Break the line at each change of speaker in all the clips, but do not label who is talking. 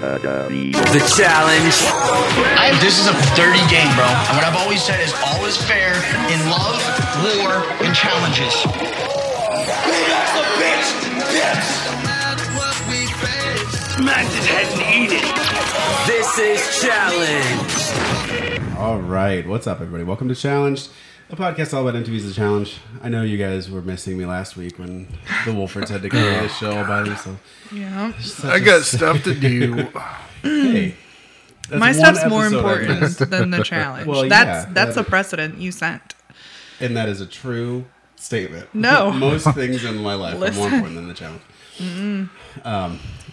The challenge.
I am, this is a dirty game, bro. And what I've always said is all is fair in love, war, and challenges.
Smack his head and eat it.
This is challenge.
All right, what's up, everybody? Welcome to Challenged, a podcast all about MTV's The Challenge. I know you guys were missing me last week when the Wolfords had to cover the show all by themselves.
Yeah.
I got stuff to do.
Hey, that's
My
one
stuff's more
episode I
important
missed.
than the challenge.
Well,
that's
yeah,
that's
that-
a precedent you sent.
and that is a true statement.
No.
most things in my life are
Listen.
more important than the challenge. Um,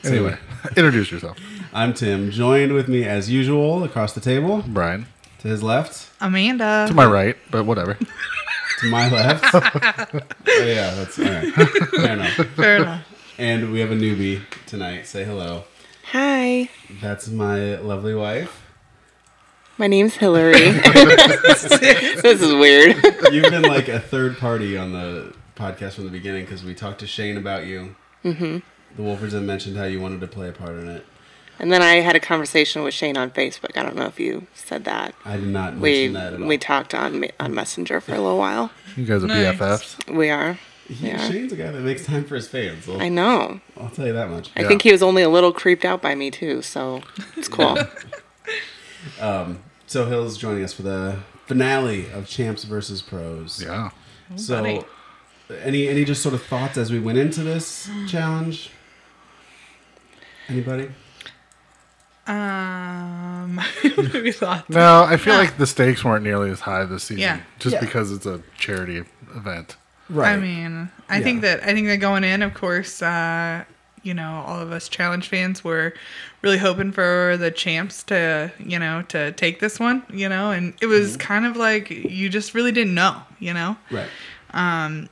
so
Anyway, introduce yourself,
I'm Tim. Joined with me as usual across the table
Brian.
to his left,
Amanda.
To my right, but whatever.
to my left. oh yeah, that's all right. Fair enough.
Fair enough.
And we have a newbie tonight. Say hello.
Hi,
That's my lovely wife.
my name's Hillary. this is weird.
You've been like a third party on the podcast from the beginning because we talked to Shane about you. Mm-hmm. The Wolfords had mentioned how you wanted to play a part in it.
And then I had a conversation with Shane on Facebook. I don't know if you said that.
I did not mention
We
that at all.
we talked on me- on Messenger for a little while.
You guys are
Nice.
BFFs.
We are.
He-
Yeah.
Shane's a guy that makes time for his fans. I'll,
I know.
I'll tell you that much.
I think he was only a little creeped out by me too, so it's cool.
So Hill's joining us for the finale of Champs versus Pros.
Yeah.
Oh,
So,
Funny.
any any just sort of thoughts as we went into this challenge? Anybody?
Um, we thought.
No, I feel like the stakes weren't nearly as high this season.
Yeah.
Just
Yeah.
because it's a charity event.
Right.
I mean, I think
Yeah.
that I think that going in, of course, uh, you know, all of us challenge fans were really hoping for the champs to, you know, to take this one, you know, and it
Mm-hmm.
was kind of like you just really didn't know, you know.
right.
and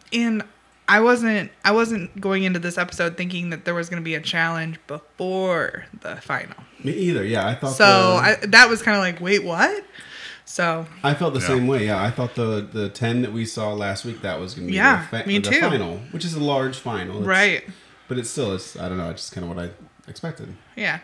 I wasn't I wasn't going into this episode thinking that there was going to be a challenge before the final.
Me either. Yeah, I thought.
So
the-
I, that was kind of like, wait, what? So
I felt the same way. Yeah, I thought the the ten that we saw last week that was going to be
Yeah,
the, fa-
me
the
too.
final, which is a large final, It's-
right,
But it's still it's I don't know. It's just kind of what I expected.
yeah,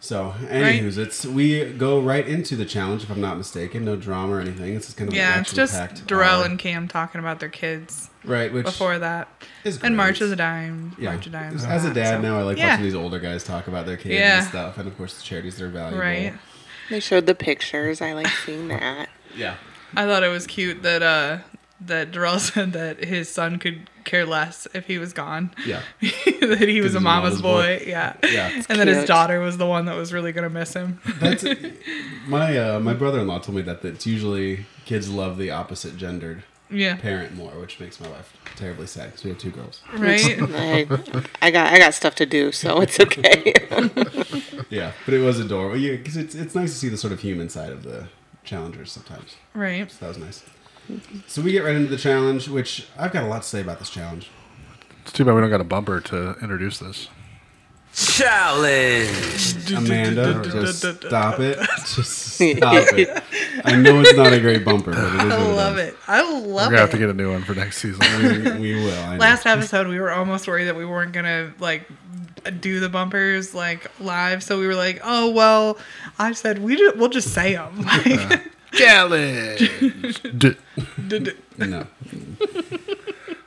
So,
Right.
anywho's, it's we go right into the challenge if I'm not mistaken. No drama or anything. It's just kind of
yeah. It's just
action-packed
Darrell
hour.
and Cam talking about their kids
right, which
before that,
is
and March
great.
is a dime,
yeah.
March of
As
Dimes. and
as a
that,
dad
so-
now, I like
yeah,
watching these older guys talk about their kids
Yeah.
and stuff, and of course the charities that are valuable.
right.
they showed the pictures. I like seeing that.
Yeah.
I thought it was cute that uh that Darrell said that his son could care less if he was gone.
Yeah.
that he was
he's
a mama's, boy. Yeah.
Yeah.
and that his
Cute.
daughter was the one that was really gonna miss him.
That's my uh, my brother in law told me that that's usually kids love the opposite gendered
Yeah.
parent more, which makes my wife terribly sad because we have two girls.
Right?
I, I got I got stuff to do, so it's okay.
Yeah, but it was adorable. Yeah, because it's it's nice to see the sort of human side of the challengers sometimes.
right.
So that was nice. So we get right into the challenge, which I've got a lot to say about this challenge.
It's too bad we don't got a bumper to introduce this.
Challenge.
Amanda, just stop it. Just stop it. I know it's not a great bumper, but it is.
I love it. I
We're
love
gonna have to
it.
get a new one for next season.
We will. I know.
Last episode we were almost worried that we weren't gonna like do the bumpers like live, so we were like, "Oh well," I said we ju- we'll just say them. Like,
Challenge. D-
No.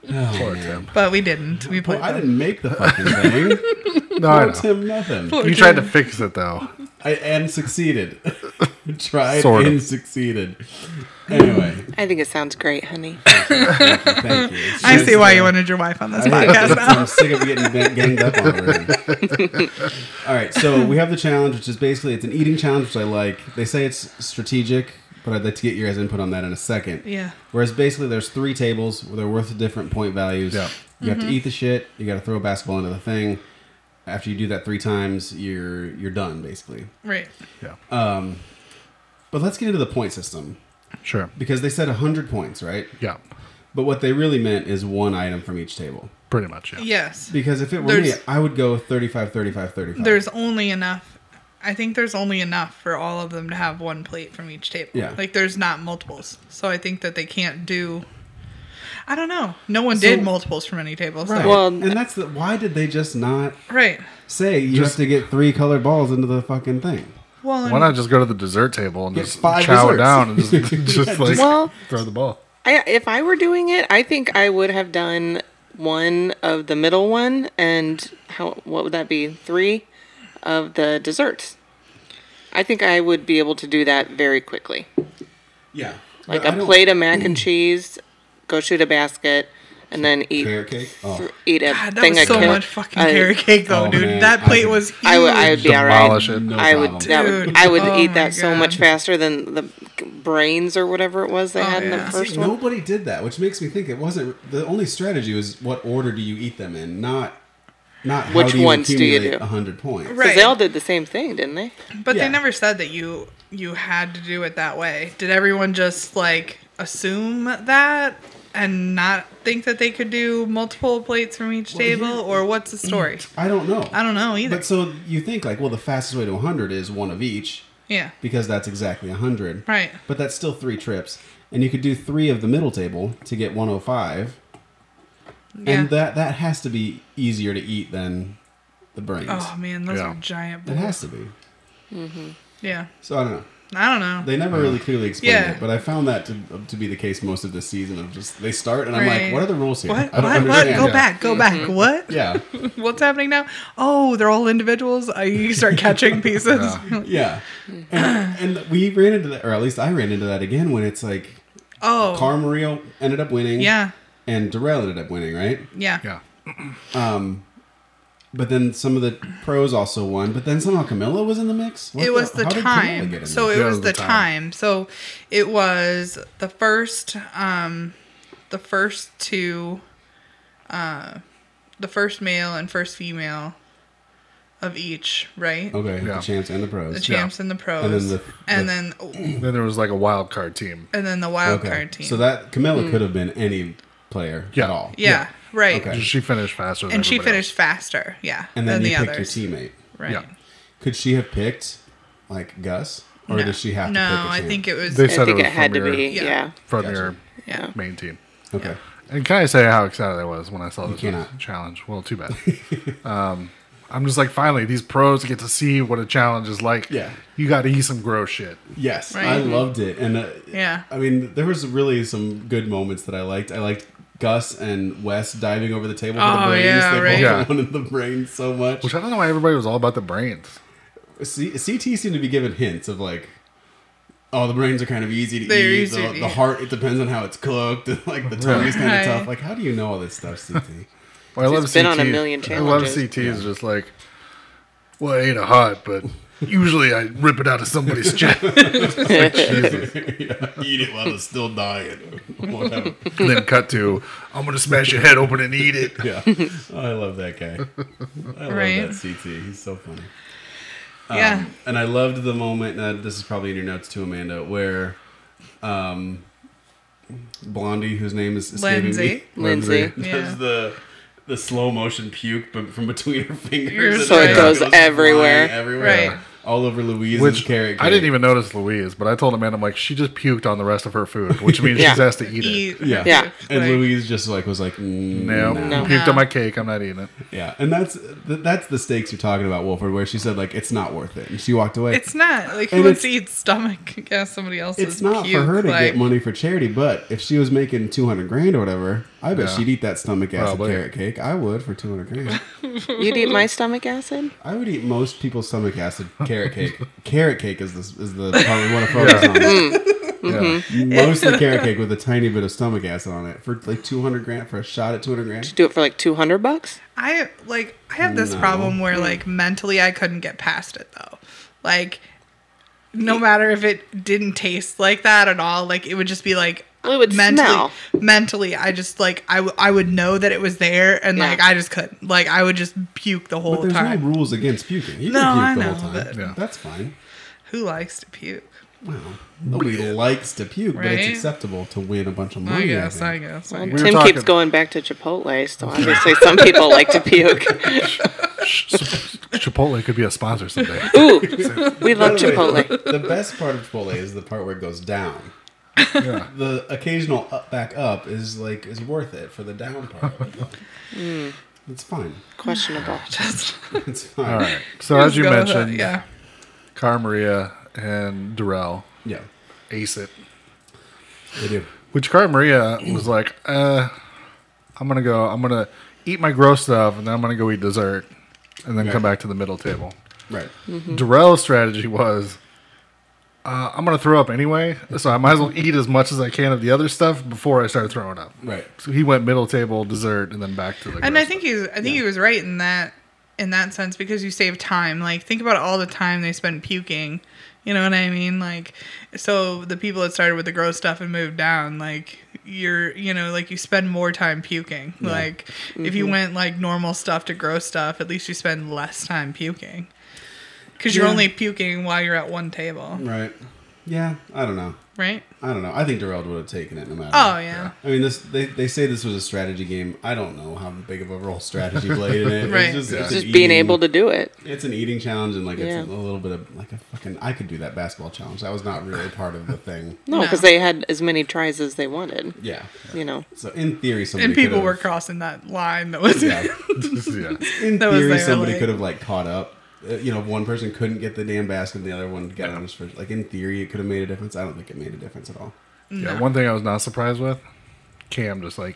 Poor Tim.
but we didn't. We
Well,
played.
I
them.
didn't make the fucking thing.
No, I
I
know.
Tim nothing.
You tried to fix it though.
I and succeeded. Tried
Sort of.
and succeeded. Anyway,
I think it sounds great, honey.
thank you. It's
I
just-
see why you wanted your wife on this
I-
podcast now.
I'm sick of getting gang- ganged up on. Already. All right, so we have the challenge, which is basically it's an eating challenge, which I like. They say it's strategic, but I'd like to get your guys' input on that in a second.
Yeah.
Whereas basically, there's three tables. Where they're worth different point values.
Yeah.
You have
Mm-hmm.
to eat the shit. You got to throw a basketball into the thing. After you do that three times, you're you're done basically.
Right.
Yeah.
But let's get into the point system
sure.
because they said 100 points, right?
Yeah.
But what they really meant is one item from each table.
Pretty much. Yeah.
Yes.
Because if it were
There's-
me, I would go 35, 35, 35.
there's only enough I think there's only enough for all of them to have one plate from each table.
Yeah.
Like there's not multiples. So I think that they can't do I don't know. No one did multiples from any table. So.
Right.
Well,
and that's the why did they just not
right.
say you have to get three colored balls into the fucking thing?
Well,
Why
and-
not just go to the dessert table and
Get
just
five
chow
desserts.
down and just, just like
Well-
throw the ball?
I, if I were doing it, I think I would have done one of the middle one and how what would that be? Three of the desserts. I think I would be able to do that very quickly.
Yeah,
Like a plate of mac and cheese, go shoot a basket, and then eat
carrot cake. Oh.
eat a
God, that
thing.
was
I
so
could-
much fucking
I-
carrot cake though,
Oh,
dude.
man,
that
I
plate
would-
was huge.
I would I would be all right.
Demolish it.
No
I would,
problem.
that would
Dude,
I would
oh
eat
my
that so
God. Oh,
much faster than the brains or whatever it was they had in
yeah.
the first
See,
one.
nobody did that, which makes me think it wasn't the only strategy was what order do you eat them in, not not
Which
how do you
ones do you do?
hundred points.
Right.
Because they all did the same thing, didn't they?
But
Yeah.
they never said that you you had to do it that way. Did everyone just like assume that and not think that they could do multiple plates from each
yeah.
table, or what's the story?
I don't know.
I don't know either.
But so you think like, well, the fastest way to hundred is one of each
yeah,
because that's exactly hundred.
Right.
But that's still three trips, and you could do three of the middle table to get one hundred five,
yeah.
and that that has to be easier to eat than the brains.
oh man, those
Yeah.
are giant.
It
Balls.
has to be.
Yeah,
So I don't know.
I don't know.
They never really clearly explained
Yeah.
it, but I found that to, to be the case most of this season. Of just they start and I'm like,
Right.
what are the rules here?
what?
I don't
What? What?
understand.
Go back. Go
Mm-hmm.
back. What?
Yeah,
What's happening now? Oh, they're all individuals. I you start catching pieces.
yeah. And, and we ran into that, or at least I ran into that again when it's like
Oh,
Carmario ended up winning.
yeah,
And Darrell ended up winning, right?
yeah,
Yeah.
But then some of the pros also won. But then somehow Camilla was in the mix. What
it was the
how did Camilla get
time.
in
So
there?
it
Yeah,
was
the
the
time.
time. So it was the first um the first two uh the first male and first female of each, right?
okay,
Yeah.
the champs and the pros.
The champs and the pros.
Oh, And then the- the-
and then and,
Then there was like a wild card team.
then the wild
Okay.
card team. Hmm.
So that Camilla could have been any player
Yeah.
at all.
yeah, right.
Okay.
She finished faster than
And she
everybody
finished faster, yeah,
And then
than
you
the
picked
others.
your teammate.
Right.
Yeah.
Could she have picked like Gus, or
no.
does she have to?
No,
pick a
I
team?
think it was
They
I
said it
think it,
was
had to
from
be.
your-
Yeah.
Yeah.
Else. From
Gotcha.
your
yeah.
main team.
okay.
And can I say how excited I was when I saw this
cannot.
challenge? Well, too bad. um, I'm just like, finally, these pros get to see what a challenge is like.
Yeah.
You got to eat some gross shit.
Yes,
Right. Mm-hmm.
I loved it, and uh,
Yeah.
I mean, there was really some good moments that I liked. I liked Gus and Wes diving over the table for
Oh,
the brains.
yeah,
they
right.
Yeah.
both wanted the brains so much.
Which I don't know why everybody was all about the brains.
C- CT seemed to be given hints of like, oh, the brains are kind of easy to
They're
eat.
easy
the,
to
the
eat.
heart, it depends on how it's cooked. like the tongue is kind of
Right.
tough. Like, how do you know all this stuff, CT?
Well, I love
been
CT.
on a million
I love
challenges.
CT is just like, well, I ate a hot, but usually I rip it out of somebody's chest and
eat it while it's still dying. Whatever.
then cut to, I'm going to smash your head open and eat it.
Yeah, Oh, I love that guy. I
Right.
love that CT. He's so funny.
Yeah.
And I loved the moment. Uh, this is probably in your notes too, Amanda, where um, Blondie, whose name is escaping
Lindsay.
me,
Lindsay.
does
Yeah.
the the slow motion puke b- from between her
You're
fingers. and
so it
it
goes
flying
everywhere.
everywhere,
Right.
All over Louise's
Which
carrot.
I
cake.
didn't even notice Louise, but I told Amanda, I'm like, she just puked on the rest of her food, which means
Yeah.
she has to eat it.
Eat-
Yeah.
Yeah.
And
Like-
Louise just like was like, mm,
No,
no.
no. puked on my cake. I'm not eating it.
Yeah, and that's th- that's the stakes you're talking about, Wolford, where she said like it's not worth it, and she walked away.
It's not like who
And
wants to
it's-
eat stomach gas somebody else's.
it's not
puke,
for her to
like,
get money for charity, but if she was making two hundred grand or whatever, I bet
Yeah.
she'd eat that stomach acid
Probably.
carrot cake. I would for two hundred grand.
You'd eat my stomach acid?
I would eat most people's stomach acid carrot cake. carrot cake is the is the probably what I focus
Yeah.
Mm-hmm.
on. Mostly carrot cake with a tiny bit of stomach acid on it for like two hundred grand for a shot at two hundred grand.
Do it for like 200 bucks?
I like I have this
No.
problem where like mentally I couldn't get past it though. Like no matter if it didn't taste like that at all, like it would just be like
It would
mentally
smell.
mentally I just like I, w- I would know that it was there and
Yeah.
like I just couldn't. Like I would just puke the
But
whole
there's
time.
no rules against puking. You
No, I
can puke the
know,
whole time.
but-
Yeah.
That's fine.
Who likes to puke?
Well, nobody likes to puke, but
Right?
it's acceptable to win a bunch of money.
I guess,
think.
I guess. I
Well,
guess.
were
Uh, Tim
talking-
keeps going back to Chipotle, so obviously some people like to puke.
Chipotle could be a sponsor someday.
Ooh, we love Chipotle.
the best part of Chipotle is the part where it goes down.
Yeah.
the occasional up back up is like is worth it for the down part. Mm. It's fine.
Questionable.
Just
It's fine.
All right. So
just
as you
go with it,
mentioned,
yeah.
Cara Maria and Darrell
Yeah,
ace it.
they do.
Which Cara Maria was like, uh, I'm gonna go. I'm gonna eat my gross stuff, and then I'm gonna go eat dessert, and then
Yeah.
come back to the middle table.
Right.
Mm. Darrell's Mm-hmm. strategy was, uh, I'm gonna throw up anyway, so I might as well eat as much as I can of the other stuff before I start throwing up.
Right.
So he went middle table, dessert, and then back to the.
And I
gross
think he's I think he was right in that in that sense because you save time. Like think about all the time they spend puking. You know what I mean? Like so the people that started with the gross stuff and moved down, like you're you know, like you spend more time puking. Like if
Mm-hmm.
you went like normal stuff to gross stuff, at least you spend less time puking. Because you're
Yeah. Mm.
only puking while you're at one table,
Right. Yeah. I don't know.
right?
I don't know. I think Darrell would have taken it no matter.
Oh yeah.
I mean, this they, they say this was a strategy game. I don't know how big of a role strategy played in it.
Right.
It's just, it's
Just
an
being
eating-
able to do it.
It's an eating challenge and like it's a
Yeah.
little bit of like a fucking. I could do that basketball challenge. That was not really part of the thing.
No,
No.
because they had as many tries as they wanted.
Yeah.
You know.
So in theory, somebody
And people
could've-
were crossing that line that was
Yeah.
yeah.
In
That was
theory,
their,
somebody
like-
could have like caught up. Uh, You know, if one person couldn't get the damn basket, the other one got it on his first. Like in theory, it could have made a difference. I don't think it made a difference at all.
Yeah, one thing I was not surprised with, Cam just like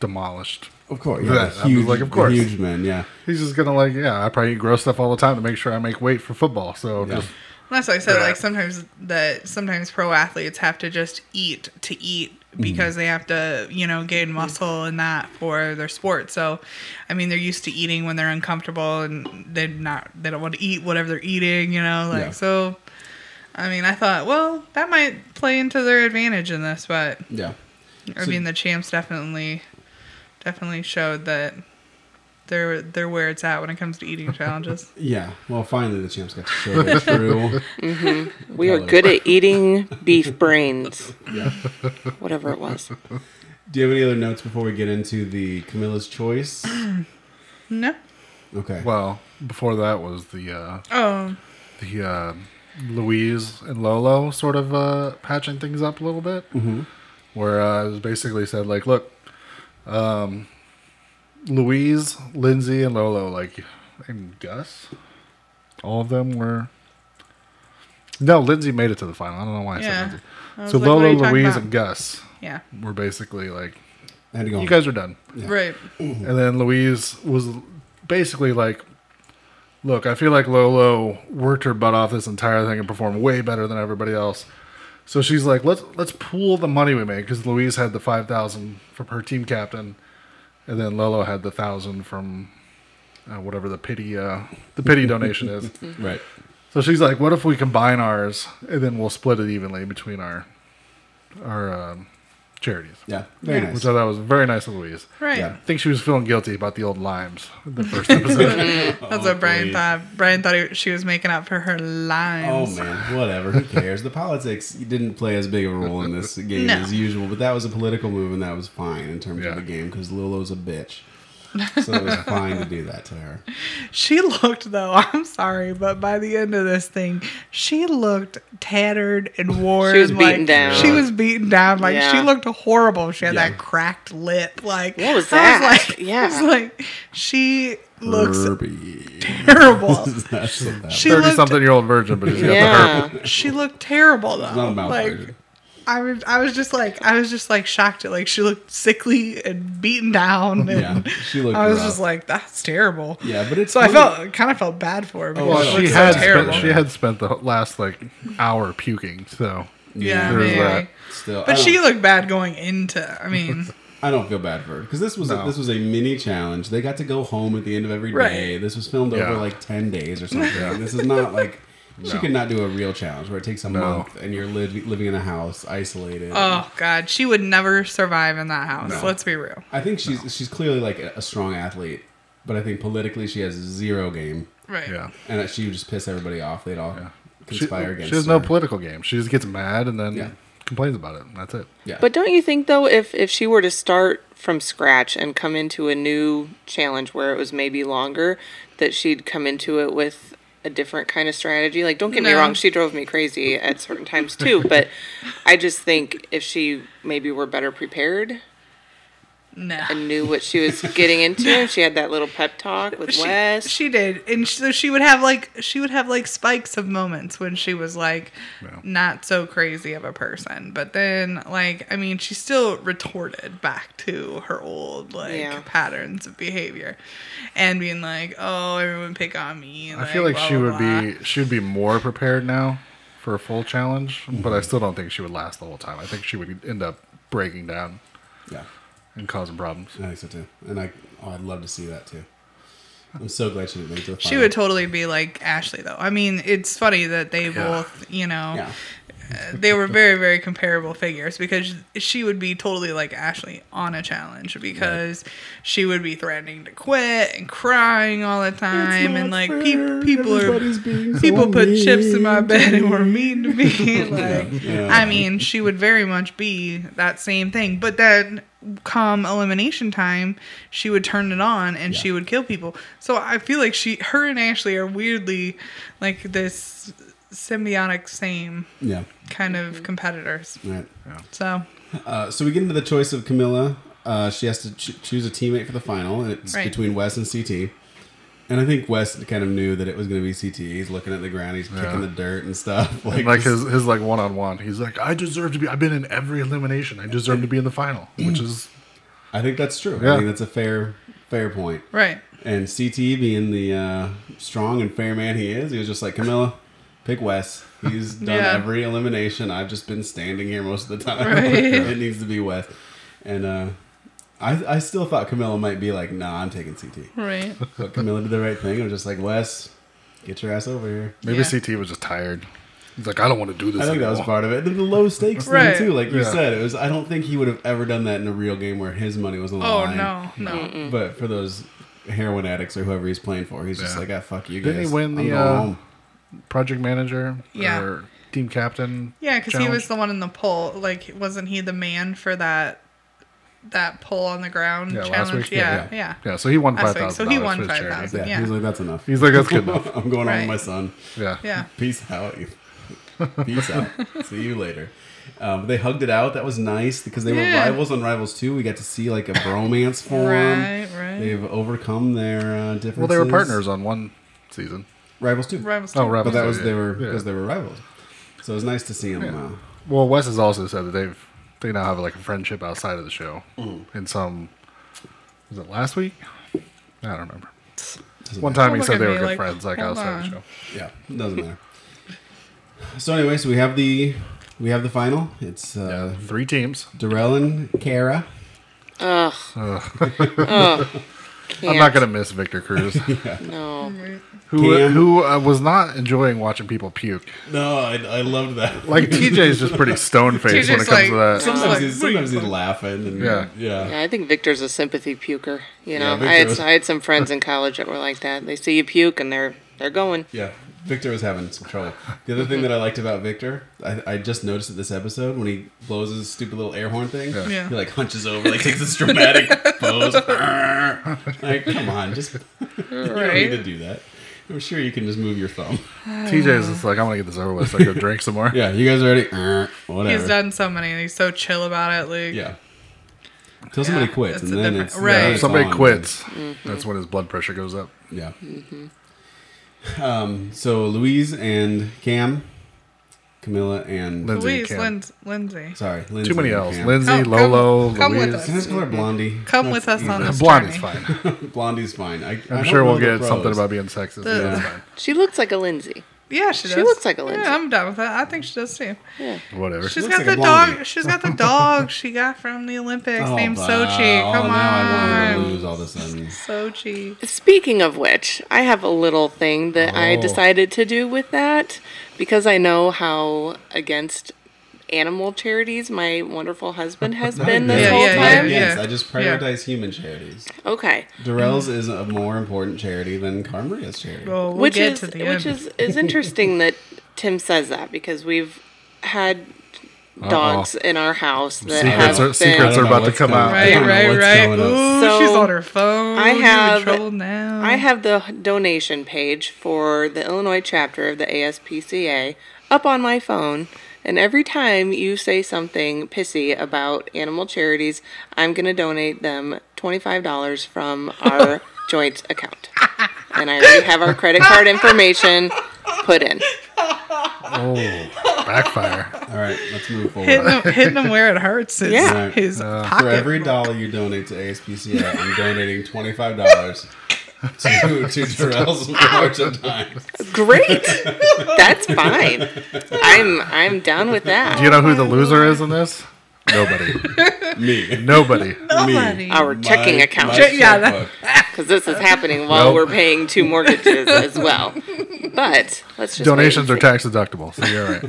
demolished.
Of course,
Yeah,
yeah,
I was like, of course.
huge man. Yeah,
He's just gonna like, yeah, I probably eat gross stuff all the time to make sure I make weight for football. So
Yeah.
just
That's what I said.
Yeah.
Like sometimes that sometimes pro athletes have to just eat to eat
Mm-hmm.
because they have to you know gain muscle and that for their sport. So, I mean, they're used to eating when they're uncomfortable and they're not they don't want to eat whatever they're eating. You know, like
Yeah.
so. I mean, I thought, well, that might play into their advantage in this, but
yeah.
I
So-
mean, the champs definitely, definitely showed that they're they're where it's at when it comes to eating challenges.
Yeah. Well, finally, the champs got to show their true.
We are
Color.
good at eating beef brains,
Yeah.
whatever it was.
Do you have any other notes before we get into the Camilla's choice?
no.
Okay.
well, before that was the uh
Oh,
the uh Louise and Lolo sort of uh patching things up a little bit. Mm-hmm. Where uh, it was basically said like, look, um Louise, Lindsay and Lolo, like and Gus. All of them were No, Lindsay made it to the final. I don't know why I
Yeah.
said Lindsay.
I was
So
like, what are
Lolo,
you talking
Louise,
about?
and Gus
yeah.
were basically like,
I had to go.
"You
home.
guys are done."
Right.
And then Louise was basically like, "Look, I feel like Lolo worked her butt off this entire thing and performed way better than everybody else." So she's like, "Let's let's pool the money we made because Louise had the five thousand from her team captain, and then Lolo had the thousand from uh, whatever the pity uh, the pity donation is."
Right.
So she's like, "What if we combine ours and then we'll split it evenly between our our um, charities?"
Yeah. Very
Which
nice.
I thought was very nice of Louise.
Right.
Yeah.
I think she was feeling guilty about the old limes in the first episode.
That's what Brian thought. Brian thought he, she was making up for her
Oh
lines.
man, whatever. Who cares? The politics didn't play as big a role in this game
No.
as usual, but that was a political move, and that was fine in terms
Yeah.
of the game because Lolo's a bitch, so it was fine to do that to her.
She looked though. I'm sorry, but by the end of this thing, she looked tattered and worn.
She was beaten
like,
down.
She was beaten down. Like she
Yeah.
looked horrible. She had
Yeah.
that cracked lip. Like
What was
I was
that?
like,
Yeah.
I was like she looks
Herbie.
terrible.
That's so bad.
She
Thirty
looked.
something year old virgin, but she's got the herp.
Yeah.
She looked terrible though.
Not a mouth
like
version.
I was, I was just like, I was just like shocked at like she looked sickly and beaten down,
Yeah,
and
she looked
I was
rough.
just like, that's terrible.
Yeah, but it's Oh,
So I
funny-
felt kind of felt bad for her. Because
Well,
she,
She
looked
had
so
spent,
terrible.
she had spent the last like hour puking. So
yeah,
there was
maybe.
that.
Still, I
but
don't-
she looked bad going into. I mean,
I don't feel bad for her because this was a,
No.
this was a mini challenge. They got to go home at the end of every day.
Right.
This was filmed
Yeah.
over like ten days or something. This is not like she could not do a real challenge where it takes a month and you're liv- living in a house isolated.
oh god, she would never survive in that house. Let's be real.
I think she's she's clearly like a, a strong athlete, but I think politically she has zero game,
Right.
yeah,
and she would just piss everybody off. They'd all
she,
conspire against.
she has no
her.
political game. She just gets mad and then
Yeah.
complains about it. and That's it.
yeah,
But don't you think though, if if she were to start from scratch and come into a new challenge where it was maybe longer, that she'd come into it with a different kind of strategy. Like, don't get me
No.
wrong, she drove me crazy at certain times too, but I just think if she maybe were better prepared
No.
and knew what she was getting into, and she had that little pep talk with
She,
Wes.
she did, and so she would have like she would have like spikes of moments when she was like not so crazy of a person, but then like I mean she still retorted back to her old like
Yeah.
patterns of behavior, and being like, oh everyone pick on me. And,
I feel like
blah,
she
blah,
would
blah.
be she would be more prepared now for a full challenge,
Mm-hmm.
but I still don't think she would last the whole time. I think she would end up breaking down
Yeah.
and causing problems.
I think so too. And I, oh, I'd love to see that too. I'm so glad she didn't make it to the final.
She would totally be like Ashley, though. I mean, it's funny that they both, you know,
Yeah.
they were very, very comparable figures because she would be totally like Ashley on a challenge because she would be threatening to quit and crying all the time and like pe- people are people put chips in my bed and were mean to me. like,
Yeah.
I mean, she would very much be that same thing. But then, come elimination time, she would turn it on and she would kill people. So I feel like she, her and Ashley are weirdly like this symbiotic same
Yeah.
kind of
Mm-hmm.
competitors.
Right.
So
Uh, so we get into the choice of Camilla. Uh, she has to ch- choose a teammate for the final, and it's
Right.
between Wes and CT. And I think Wes kind of knew that it was going to be CT. He's looking at the ground, he's kicking the dirt and stuff. Like,
And like
just-
his his like one on one, he's like, I deserve to be. I've been in every elimination. I deserve to be in the final, which
Mm.
is
I think that's true. I
Yeah.
think that's a fair fair point.
right,
And CT being the uh, strong and fair man he is, he was just like Camilla, pick Wes. He's done
Yeah.
every elimination. I've just been standing here most of the time.
Right.
it needs to be Wes. And uh, I I still thought Camilla might be like, Nah, I'm taking CT.
right.
But Camilla did the right thing. I'm just like Wes, get your ass over here.
maybe
Yeah.
CT was just tired. He's like, I don't want to do this.
I think that was
anymore."
part of it. And The low stakes
Right.
thing too, like you
Yeah.
said, it was. I don't think he would have ever done that in a real game where his money was on the
Oh
line.
no,
Mm-hmm.
no.
Mm.
But for those heroin addicts or whoever he's playing for, he's just
Yeah.
like, ah, fuck you guys.
Didn't he win
I'm
the,
going
uh,
home."
Project manager,
Yeah.
or team captain.
Yeah, because he
challenge?
was the one in the poll. Like, wasn't he the man for that? That pull on the ground
Yeah, last
challenge.
week?
yeah,
Yeah,
yeah.
Yeah, so he won
Last
five
week.
thousand.
So he won $5,000.
Yeah,
Yeah.
he's like, that's enough.
He's like, that's good enough.
I'm going on
Right.
with my son.
Yeah,
yeah.
Peace out. Peace out. see you later. Um, they hugged it out. That was nice because they
Yeah.
were rivals on Rivals too. We got to see like a bromance form.
Right, right.
They've overcome their uh, differences.
Well, they were partners on one season.
Rivals too.
Rivals
Oh,
too.
right.
But that was
yeah,
they were
yeah.
because they were rivals. So it was nice to see them. Uh,
Well, Wes has also said that they've they now have like a friendship outside of the show. In some, was it last week? I don't remember. One time
Don't
he
look
said
at
they were
me
good
like,
friends, like
hold
outside
on.
the show.
yeah, it doesn't matter. So anyway, so we have the we have the final. It's uh,
Three teams.
Darrell and Kara.
I'm not gonna miss Victor Cruz,
No.
who
Cam.
who uh, was not enjoying watching people puke.
No, I, I loved that.
Like TJ's just pretty stone faced when it
TJ's
comes to
like-
that.
Sometimes,
Like,
he's,
what are you
sometimes he's laughing and
Yeah.
yeah.
Yeah, I think Victor's a sympathy puker. You know,
Victor
I had
was-
I had some friends in college that were like that. They see you puke and they're they're going.
Yeah, Victor was having some trouble. The other thing that I liked about Victor, I, I just noticed it this episode when he blows his stupid little air horn thing.
Yeah.
He like hunches over, like takes this dramatic pose. like, come on, just you don't need to
Right.
do that. I'm sure you can just move your thumb.
TJ's just like, I want to get this over with. So I go drink some more.
Yeah, you guys already. Uh, whatever.
He's done so many. and He's so chill about it. Like,
Yeah. Till somebody
Yeah,
quits,
that's
and
a
then
different-
it's
Right.
then
If
it's
somebody
on.
quits,
Mm-hmm.
that's when his blood pressure goes up.
Yeah.
Mm-hmm.
Um. So Louise and Cam, Camilla and
Lindsay
Louise,
can't.
Lin- Lindsay.
Sorry, Lindsay
Too many
and
L's.
Cam.
Lindsay,
Oh, come-
Lolo,
come with
Louise.
us.
Can I just call her Blondie?
Come with us on this
Blondie's
journey.
fine.
Blondie's fine. I,
I'm sure we'll get something about being sexist. but
The-
it's fine.
She looks like a Lindsay.
Yeah, she does.
She looks like a Lindsay.
Yeah, I'm done with that. I think she does too.
Whatever.
She's
looks like
got the
a blondie.
dog. She's got the dog she got from the Olympics named Sochi. Come
Oh, I
on,
want to lose all of a sudden.
Sochi.
Speaking of which, I have a little thing that I
Oh.
decided to do with that because I know how against animal charities my wonderful husband has been this
Yeah,
whole
yeah,
time.
yeah.
Yes, I just prioritize human charities.
Okay.
Durrell's is a more important charity than Carmaria's charity.
Well, we'll
which
get
is
to the end.
which is is interesting that Tim says that because we've had dogs in our house that have
Secrets are,
been.
secrets are
don't know
about to
what's
come
going
out.
on.
Right,
I don't know
right,
what's
right.
going on.
Ooh,
So,
she's on her phone.
I
You're in
have-
trouble now.
Mm-hmm.
I have the donation page for the Illinois chapter of the ASPCA up on my phone, and every time you say something pissy about animal charities, I'm going to donate them $25 from our joint account. And I already have our credit card information put in.
Backfire.
All right, let's move
hitting
forward.
them, hitting them where it hurts is
Yeah.
Right. Uh,
his
For
pocket.
every dollar you donate to ASPCA, I'm donating twenty five dollars to to Darrell's merchandise.
Great. That's fine. I'm I'm down with that.
Do you know who the loser is in this? Nobody.
Me,
Nobody.
Nobody.
Our checking
My-
account.
my
Check- yeah, that-
checkbook.
because this
Uh,
is happening while
Nope.
we're paying two mortgages as well. But let's just wait
Donations are
and
tax deductible, so you're all right.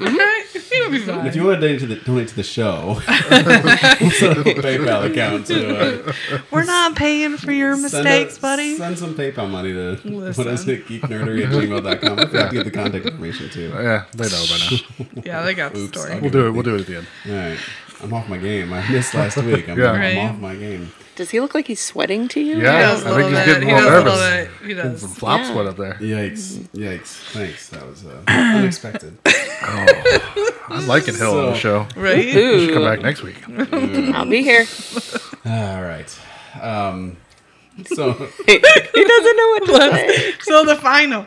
It'll be
If
fine.
you want to donate to the donate to the show, send a PayPal account to uh,
We're not paying for your
send
mistakes,
a-
buddy.
Send some PayPal money to what is
Listen.
it, geeknerdery at gmail.com. I forgot to get the contact information too. All
Yeah, they know by now.
Yeah, they got the
Oops,
story.
okay.
We'll do it. We'll do it at the end.
right, I'm off my game. I missed last week. I'm,
Yeah.
I'm
Right.
off my game.
see. Does he look like he's sweating to you?
He
Yeah.
does a
I think
little
he's
bit.
getting
He
a
does
little
a little
nervous.
bit. He
Some
does.
flop
Yeah.
sweat up there.
Yikes! Yikes! Thanks. That was uh, unexpected.
I'm liking Hill on the
So-
show.
Right?
We should come back next week.
I'll be here.
All right. Um, so
he doesn't know what to say.
So the final.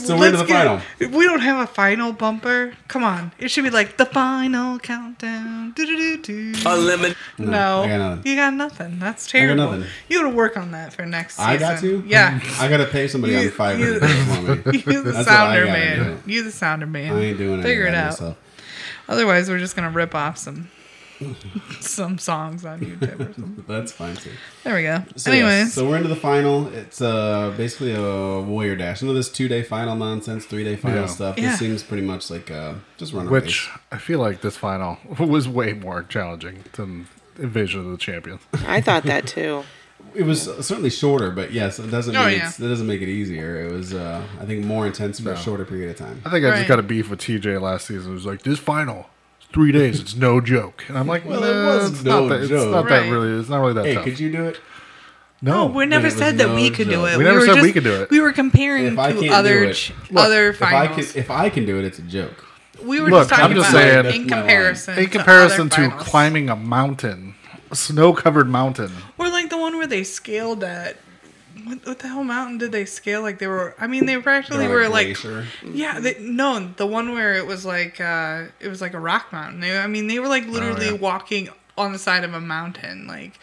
So we're to the final.
We don't have a final bumper. Come on. It should be like the final countdown. Do-do-do-do.
Eliminate.
Mm-hmm.
No,
I got nothing.
you got nothing. That's
got
terrible.
nothing.
You gotta work on that for next season.
I got to.
Yeah.
I gotta pay somebody on
You-
five
you-
hundred dollars for me.
You the
That's what I
sounder
gotta
man.
do.
You the sounder man.
I ain't doing it.
Figure it out.
Myself.
Otherwise, we're just gonna rip off some some songs on YouTube. Or something.
That's fine too.
There we go.
So yes,
Anyways,
so we're into the final. It's uh basically a warrior dash. None of this two day final nonsense, three day final
Yeah.
stuff.
Yeah.
This seems pretty much like uh just run a
Which
race.
I feel like this final was way more challenging than Invasion of the Champions.
I thought that too.
It was certainly shorter, but yes, it doesn't
Oh,
mean
yeah.
it's, that doesn't make it easier. It was uh I think more intense for a shorter period of time.
I think I
Right.
just got a beef with TJ last season. It was like this final, it's three days, it's no joke, and I'm like,
Well,
well,
it was
it's
no
not that, It's
joke.
not
Right.
that really. It's not really that
Hey,
tough.
could you do it?
no,
we never
it was
said that we
no
could do
joke.
it.
We never
were
said we
just-
could do it.
We were comparing
If I
to
can't do
other
it-
ch-
Look,
other
if I can
finals.
if I can do it, it's a joke.
we were
Look,
just talking
I'm just
about
saying-
in
That's my line.
comparison.
in
to
comparison
other
to
finals.
climbing a mountain, a snow-covered mountain.
Or like the one where they scaled that. What, what the hell mountain did they scale? Like they were. I mean, they practically
Or a
were like.
glacier.
Yeah, they, no, the one where it was like uh it was like a rock mountain. They, I mean, they were like literally
Oh, yeah.
walking on the side of a mountain, like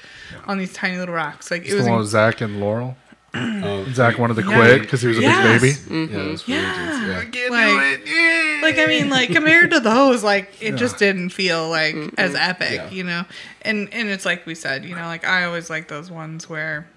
on these tiny little rocks. Like it
It's
was.
the one
in-
with Zach and Laurel.
Oh,
Zach wanted to
Yeah.
quit because he was a
Yes.
big baby.
Yeah, it was
Yeah.
yeah.
like, like I mean, like compared to those, like it just didn't feel like as epic,
Yeah.
you know. And and it's like we said, you know, like I always like those ones where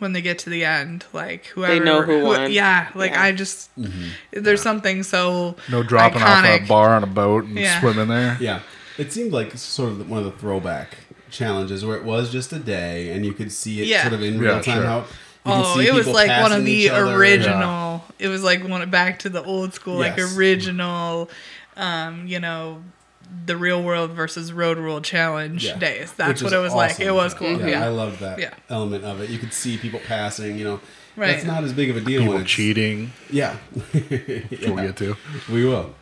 when they get to the end, like whoever
know who won.
yeah, like
Yeah.
I just
Mm-hmm.
there's something so
No dropping off
iconic.
a bar on a boat and
Yeah.
swimming there.
Yeah, it seemed like sort of one of the throwback challenges where it was just a day, and you could see it
Yeah.
sort of in
Yeah,
real time.
sure.
How you
Oh,
could see
it was
people
like one of
passing
the
each other.
original. It was like one back to the old school,
Yes.
like original, um, you know, the real world versus road rule challenge
Yeah.
days.
Which
That's
is
what it was like.
awesome.
It was
Mm-hmm.
cool.
Yeah,
Yeah.
I love that
Yeah.
element of it. You could see people passing. You know,
Right.
that's not as big of a deal.
People
when it's-
cheating.
Yeah.
We'll get to.
we will.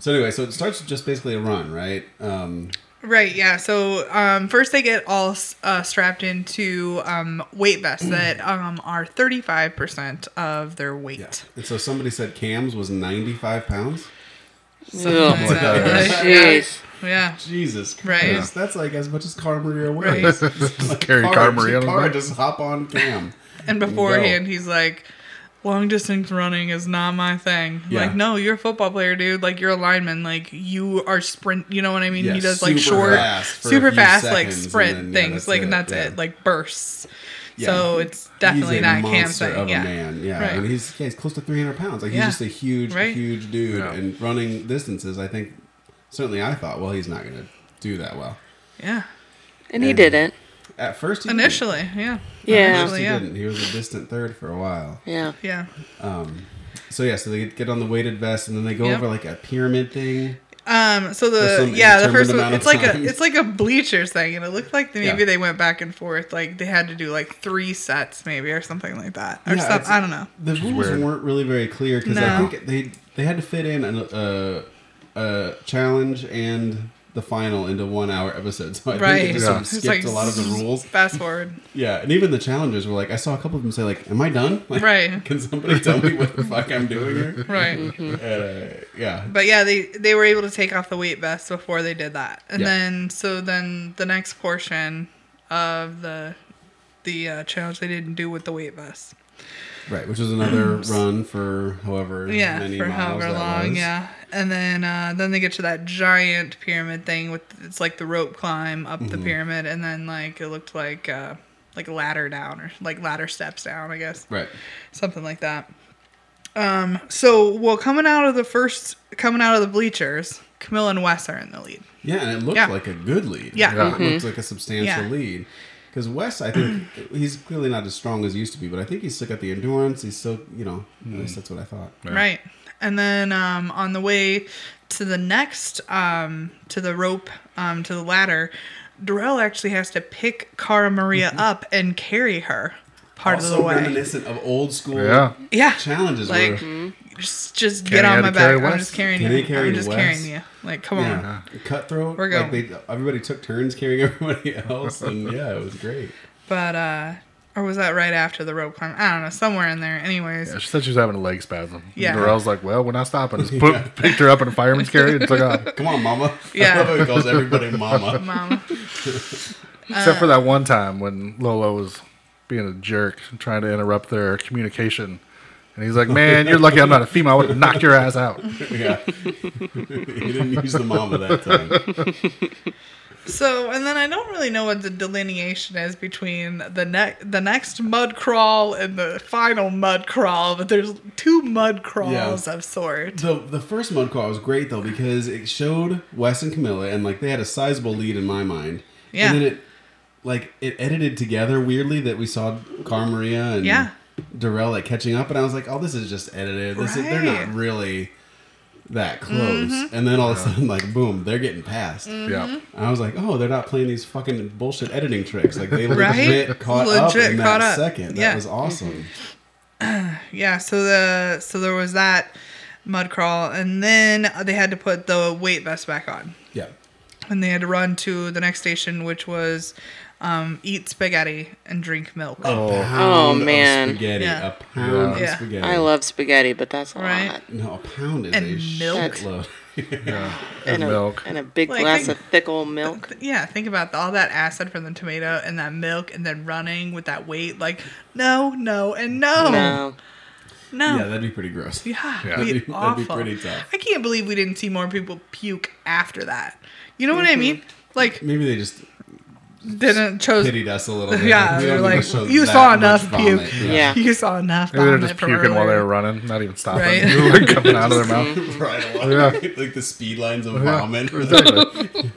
So anyway, so it starts with just basically a run, right? Um,
Right, yeah. So um, first, they get all s- uh, strapped into um, weight vests that um, are thirty-five percent of their weight.
yeah. And so somebody said Cam's was ninety-five pounds.
Something
Oh
Ugh.
like that, right?
Jeez.
Yeah,
Jesus
Right.
Christ, that's like as much as Carmaria
Right.
weighs.
Carry
Car-
Carmaria on
car,
the back.
just hop on Cam.
and beforehand, he's like, "Long distance running is not my thing." I'm
Yeah.
Like, no, you're a football player, dude. Like, you're a lineman. Like, you are sprint. You know what I mean?
Yeah,
he does like
super
short,
fast for a
super
few
fast,
seconds,
like
and
sprint
then, yeah,
things.
that's
like, and
it,
that's
yeah.
it. Like bursts.
Yeah.
So it's definitely
he's a
not Cam's
monster
thing.
of
Yeah.
a man. Yeah,
Right.
and he's yeah, he's close to 300 pounds. Like he's
Yeah.
just a huge,
Right.
huge dude.
Yeah.
And running distances, I think certainly I thought, well, he's not going to do that well.
Yeah.
And he didn't.
At first, he
Initially, yeah.
didn't. At
Yeah.
first he
yeah.
didn't. He was a distant third for a while.
Yeah.
Yeah.
So yeah, so they get on the weighted vest, and then they go
Yep.
over like a pyramid thing.
Um, so
For
the
some
yeah, the
indeterminate
first one
amount of
it's like
time.
a it's like a bleachers thing, and it looked like maybe
Yeah.
they went back and forth, like they had to do like three sets maybe or something like that, or
Yeah,
some,
it's-
I don't know.
The rules
weird.
weren't really very clear because I
No.
think they they had to fit in an, uh, a challenge and the final into one hour episode. So I think
Right.
they just
Yeah.
sort of
It's
skipped a lot of the rules.
Fast forward.
Yeah, and even the challenges were like, I saw a couple of them say like, "Am I done? Like,
Right.
Can somebody tell me what the fuck I'm doing here?"
Right.
And, uh, yeah,
But yeah, they they were able to take off the weight vest before they did that, and
Yeah.
then so then the next portion of the the uh, challenge they didn't do with the weight vest.
right. Which was another run for however
Yeah,
many
for
miles
however
that
long.
was.
Yeah, and then uh, then they get to that giant pyramid thing with it's like the rope climb up
Mm-hmm.
the pyramid, and then like it looked like uh, like ladder down or like ladder steps down, I guess.
Right.
something like that. Um, so well, coming out of the first, coming out of the bleachers, Camilla and Wes are in the lead.
Yeah, and it looked
Yeah.
like a good lead.
Yeah.
It looked like a substantial
Yeah.
lead. Because Wes, I think he's clearly not as strong as he used to be, but I think he's still got the endurance. He's still, you know, at least that's what I thought.
Right. And then um, on the way to the next, um, to the rope, um, to the ladder, Darrell actually has to pick Cara Maria
Mm-hmm.
up and carry her part
also
of the way.
reminiscent of old school
Yeah.
Yeah.
challenges.
Like, mm-hmm.
were,
just, just
Carrie
get
had
on my
to carry
back. I'm
Wes?
just carrying
Can
you.
they carry
I'm just
Wes?
carrying you. Like, come on.
yeah, cutthroat.
We're
Like they, everybody took turns carrying everybody else, and yeah, it was great.
But, uh, or was that right after the rope climb? I don't know. Somewhere in there. Anyways.
Yeah, she said she was having a leg spasm.
Yeah.
And Darrell's like, well, we're not stopping. Just put, picked her up in a fireman's carry and took off.
Come on, Mama. I
Yeah.
love how he calls everybody Mama.
Mom.
Except
Uh.
for that one time when Lolo was being a jerk and trying to interrupt their communication. And he's like, man, you're lucky I'm not a female. I would have knocked your ass out.
yeah, he didn't use the Mama that time.
So, and then I don't really know what the delineation is between the ne- the next mud crawl and the final mud crawl, but there's two mud crawls of sort.
The the first mud call was great though because it showed Wes and Camilla, and like they had a sizable lead in my mind.
Yeah.
and then it like it edited together weirdly that we saw Car Maria and
Yeah.
Darrell like catching up, and I was like, oh, this is just edited. This is, they're not
Right. Mm-hmm.
really that close. And then all of a sudden, like boom, they're getting past.
Yeah.
I was like, oh, they're not playing these fucking bullshit editing tricks. Like they
Right?
legit caught up
Legit
in
caught
that
up.
second. That
Yeah.
was awesome.
Yeah, so the so there was that mud crawl and then they had to put the weight vest back on.
Yeah.
And they had to run to the next station which was um, eat spaghetti and drink milk.
Oh,
Pound of
man.
spaghetti.
Yeah.
A pound of
Yeah.
spaghetti.
I love spaghetti, but that's a
Right.
lot.
No, a pound is
And
a
milk.
shitload.
and
a,
milk.
and a big
Like,
glass
think-
of thick old milk.
Th- Yeah, think about all that acid from the tomato and that milk and then running with that weight. Like, no, no, and no.
No,
No.
Yeah, that'd be pretty gross.
Yeah,
Yeah.
Be
That'd be- that'd be
awful.
pretty tough.
I can't believe we didn't see more people puke after that. You know what
Mm-hmm.
I mean? Like
Maybe they just
didn't chose
pitied us a little bit.
Yeah,
We
they're
don't need to
like,
show
"You
that
saw
much
enough
vomit."
puke."
Yeah.
you saw enough.
Maybe they're
vomit
just
from
puking while they
earlier.
were running, not even stopping.
Right.
Like, coming out of their mouth.
Right along.
Yeah.
like the speed lines of
Yeah,
vomit.
exactly.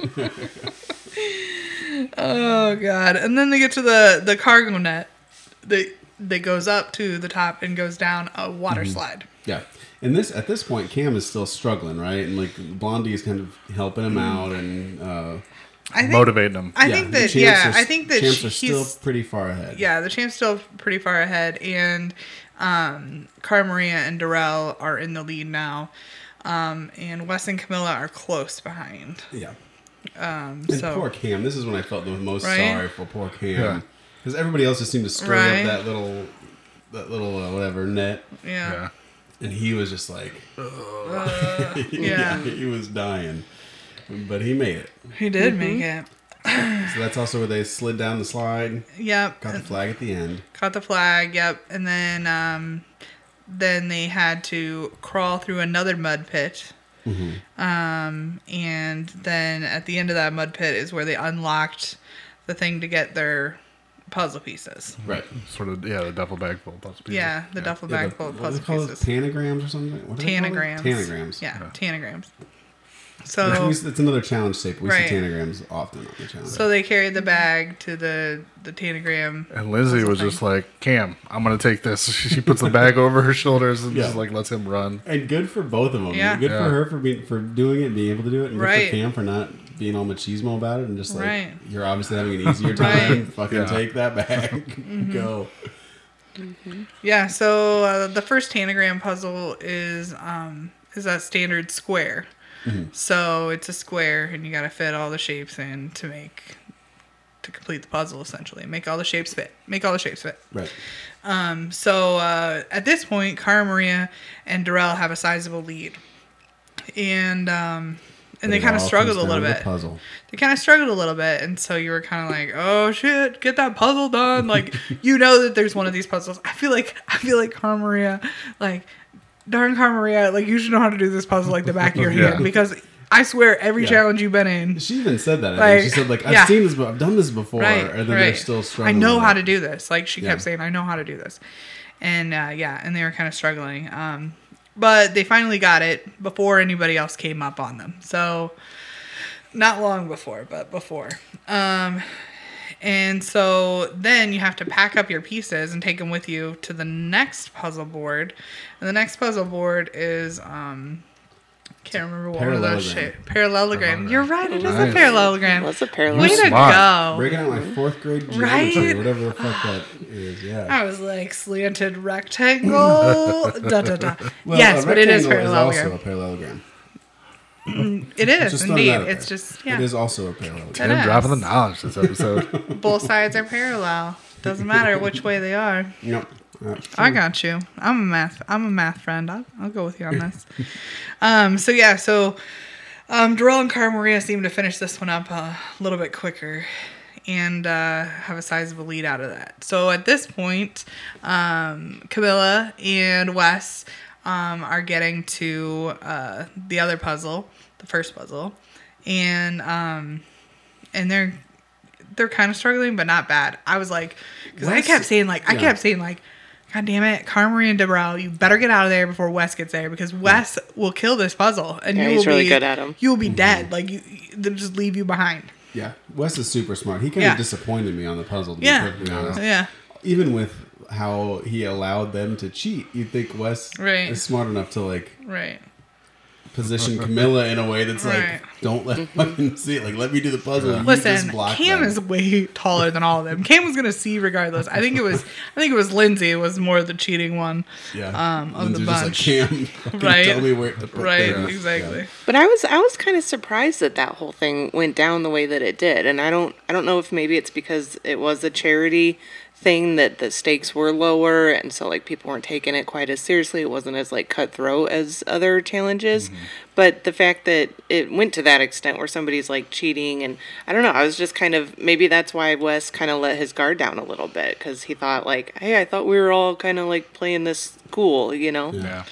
Oh god! And then they get to the the cargo net that that goes up to the top and goes down a water
Mm-hmm.
slide.
Yeah. And this at this point, Cam is still struggling, right? And like Blondie is kind of helping him out, and uh,
I think.
Motivating them.
Mm. I
yeah,
think
the
that
champs
yeah.
are-
I think that
champs
sh-
are still
he's
pretty far ahead.
yeah, the champ's still pretty far ahead, and um, Cara Maria and Darrell are in the lead now, um, and Wes and Camilla are close behind.
yeah.
Um,
And
so
poor Cam. This is when I felt the most
Right?
sorry for poor
Yeah.
Cam because everybody else just seemed to stir up
Right.
that little, that little uh, whatever net,
yeah,
Yeah.
and he was just like,
Uh, yeah.
he was dying, but he made it.
he did
Mm-hmm.
make it.
So that's also where they slid down the slide,
Yep,
got the flag at the end.
caught the flag. Yep, and then um, then they had to crawl through another mud pit. Um, and then at the end of that mud pit is where they unlocked the thing to get their puzzle pieces.
Right.
Sort of, yeah, the duffel bag full of puzzle pieces.
Yeah, the duffel
Yeah,
bag
the-
full of
what do
puzzle
they call those?
pieces.
Panagrams or something? What do they call them?
Tanagrams.
Tanagrams.
Yeah, tanagrams. So
It's another challenge shape. We
Right.
see tanograms often on the challenge.
so they carried the bag to the the tanagram.
And Lindsay was
thing.
just like, Cam, I'm going to take this. She puts the bag over her shoulders and just
Yeah.
like lets him run.
and good for both of them.
Yeah.
Good
Yeah.
for her for being for doing it, and being able to do it, and good
Right.
for Cam for not being all machismo about it and just like
Right.
you're obviously having an easier
Right. Mm-hmm.
time. Fucking
Yeah.
take that back. Go.
Yeah. So uh, the first tanagram puzzle is um is that standard square.
Mm-hmm.
So it's a square, and you got to fit all the shapes in to make to complete the puzzle. Essentially, make all the shapes fit. Make all the shapes fit.
Right.
So uh, at this point, Cara Maria and Darrell have a sizable lead, and um, and they
It
kind of
all
struggled a
comes down
little
to the
bit.
Puzzle.
They kind of struggled a little bit, and so you were kind of like, "Oh shit, get that puzzle done!" Like you know that there's one of these puzzles. I feel like I feel like Cara Maria, like darn Cara Maria, like you should know how to do this puzzle like the back of your
Yeah.
hand because I swear every
Yeah.
challenge you've been in,
She even said that. I
Like,
think. She said like I've
yeah.
seen this, but I've done this before,
right,
and then
right.
they're still struggling.
I know
with
how
it.
to do this. Like she
Yeah.
kept saying, I know how to do this, and uh, yeah, and they were kind of struggling. Um, but they finally got it before anybody else came up on them. So not long before, but before. Um, and so then you have to pack up your pieces and take them with you to the next puzzle board. And the next puzzle board is um can't remember what one of those
Parallelogram. Uh-huh.
shape parallelogram. You're right, it is
Nice.
a parallelogram.
What's a
Way
parallel?
to
Smart.
go.
Breaking out my fourth grade
Right? Uh,
geometry, or whatever the fuck that is. Yeah.
I was like slanted rectangle. da, da, da.
Well,
yes,
a
but it is
rectangle
parallelogram.
also a parallelogram.
it is
Just throwing
indeed.
that out
It's
there.
just yeah.
It is also a parallelogram.
That
Cam
is.
dropping the knowledge this episode.
Both sides are parallel. Doesn't matter which way they are.
Yep. Uh,
I got you. I'm a math. I'm a math friend. I'll, I'll go with you on this. um. So yeah. So, um, Darrell and Cara Maria seem to finish this one up a little bit quicker, and uh, have a sizable lead out of that. So at this point, um, Camilla and Wes um, are getting to uh, the other puzzle, the first puzzle, and um, and they're they're kind of struggling, but not bad. I was like, because I
Wes-
kept saying like I
yeah.
kept saying like. God damn it, Carmory and Debrau, you better get out of there before Wes gets there because Wes will kill this puzzle and you
Yeah, he's
will
really
be
good at 'em.
You will be dead. Like you, they'll just leave you behind.
Yeah, Wes is super smart. He kind
Yeah.
of disappointed me on the puzzle, to
Yeah.
be perfectly honest.
Yeah.
Even with how he allowed them to cheat, you'd think Wes
Right.
is smart enough to like
Right.
position Camilla in a way that's like,
Right.
don't let fucking see it. Like, let me do the puzzle. You
Listen,
just block
Cam
them.
is way taller than all of them. Cam was gonna see regardless. I think it was I think it was Lindsay was more the cheating one.
yeah.
um, of
Lindsay's
the bunch.
Just like, Cam, fucking
Right.
Tell me where to put
Right,
things."
exactly.
Yeah.
But I was I was kind of surprised that that whole thing went down the way that it did, and I don't I don't know if maybe it's because it was a charity thing that the stakes were lower, and so like people weren't taking it quite as seriously. It wasn't as like cutthroat as other challenges, but the fact that it went to that extent where somebody's like cheating, and I don't know, I was just kind of maybe that's why Wes kind of let his guard down a little bit because he thought like, hey, I thought we were all kind of like playing this cool, you know?
yeah.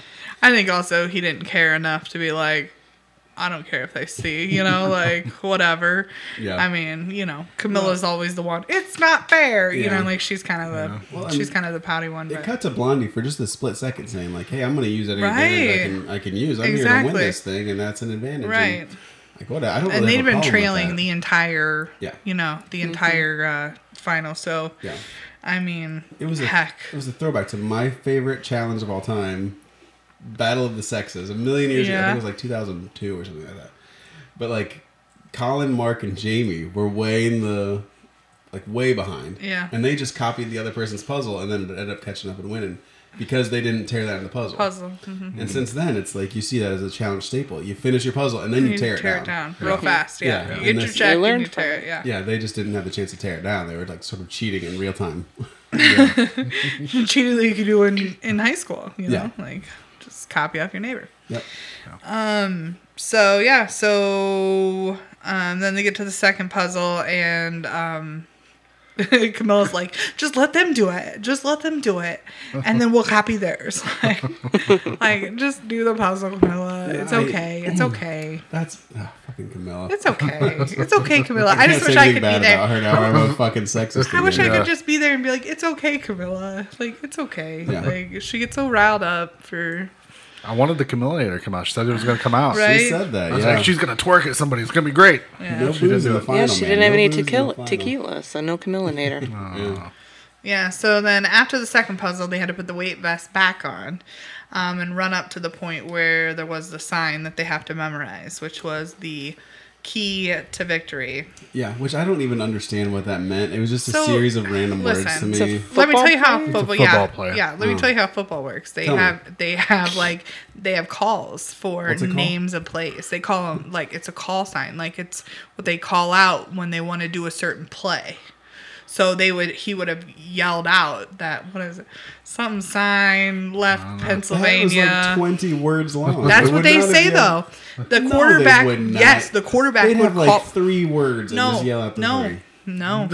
I think also he didn't care enough to be like, I don't care if they see, you know, like whatever.
Yeah.
I mean, you know, Camilla's always the one. It's not fair, you
Yeah.
know. Like she's kind of the
Well, I
she's
mean,
kind of the pouty one.
It
But
cut to Blondie for just a split second saying, like, hey, I'm going to use any advantage I
Right.
can, I can use. I'm here to
Exactly.
win this thing, and that's an advantage.
Right.
And, like, what? I don't
and
really
they've
have a problem
been
with
trailing
that.
the entire,
Yeah.
you know, the
Mm-hmm.
entire uh, final. So,
Yeah.
I mean,
It was a
heck.
It was a throwback to my favorite challenge of all time, Battle of the Sexes. A million years ago, I
Yeah.
think it was like 2002 or something like that. But like, Colin, Mark, and Jamie were way in the like way behind.
Yeah.
and they just copied the other person's puzzle and then ended up catching up and winning because they didn't tear that in the puzzle. Mm-hmm.
puzzle. hmm
And since then, it's like you see that as a challenge staple. You finish your puzzle and then you,
You
tear, it down.
real fast. Yeah,
Yeah,
you
and
get your
that's-
check
They
and
learned
you tear it. Yeah.
Yeah, they just didn't have the chance to tear it down. They were like sort of cheating in real time.
cheating that you could do in in high school. You
Yeah.
know, like just copy off your neighbor.
yep.
So yeah, so um, then they get to the second puzzle and um, Camilla's like, just let them do it, just let them do it, and then we'll copy theirs. like, like, just do the puzzle, Camilla. It's
I-
okay. It's okay.
That's ah, fucking Camilla.
It's okay. It's okay, Camilla. I,
can't
just
say
wish I
anything
could be
bad About
there.
her now. I'm a fucking sexist.
I wish I
again.
Yeah.
could just be there and be like, "It's okay, Camilla. Like, it's okay.
Yeah.
Like, she gets so riled up for
I wanted the Chameleonator to come out. She said it was going to come out.
Right.
She said that.
I was
yeah.
like, she's going to twerk at somebody. It's going to be great.
no booze
she didn't
in
do
the
it.
final.
Yeah, she didn't
man.
have
No
any
booze in the
tequila,
final.
tequila, so no chameleonator.
Yeah, so then after the second puzzle, they had to put the weight vest back on um, and run up to the point where there was the sign that they have to memorize, which was the key to victory.
Yeah, which I don't even understand what that meant. It was just a
So,
series of random words to
listen,
me.
so-
let me
Football
tell you how
player?
football,
It's a football
yeah,
player.
yeah. Let me tell you how football works. They
Hmm. Tell me.
have they have like they have calls for
What's it called?
names of plays. They call them like it's a call sign. Like it's what they call out when they want to do a certain play. So they would he would have yelled out that what is it something sign left
that was
Pennsylvania.
like twenty words long.
That's
It
what
would
they
not have
say
been-
though. The
No, they
quarterback,
would not.
yes, the quarterback
They'd
would
have like
call.
three words and
no,
just yell out the
no,
three.
no.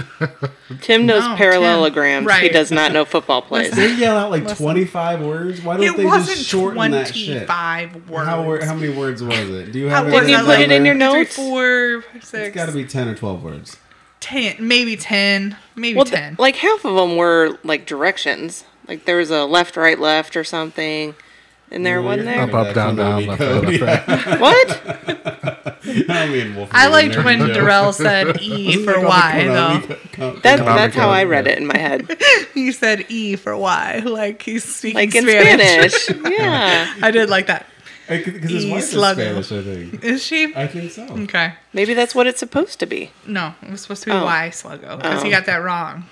Tim knows
No,
parallelograms.
Tim.
He
Right.
does not know football plays.
They yell out like twenty five words. Why don't
It
they just
wasn't
shorten that shit?
twenty-five words.
How, wor- how many words was it? Do you have?
How-
it
Didn't you
written
put it
down
in
there?
your notes?
Three, four, five, six,
It's got to be ten or twelve words.
ten, maybe ten, maybe
Well, th-
ten.
like half of them were like directions. Like there was a left, right, left, or something in there, wasn't
You're
there?
Up, up, down, down, left, right, left, right.
What?
I mean, Wolf
I
Man,
liked
there
when
you go.
Darrell said E
Wasn't it
for
called the
Y
Konami
though.
co-
That,
Konami
that's how
code?
I read it in my head,
He said E for Y, like he's speaking
like in
Spanish.
Spanish. Yeah,
I did like that.
Because his
E
wife is
slugger.
Spanish, I think.
Is she?
I think so.
Okay.
maybe that's what it's supposed to be.
No, it was supposed to be
Oh.
Y Sluggo because he got that wrong.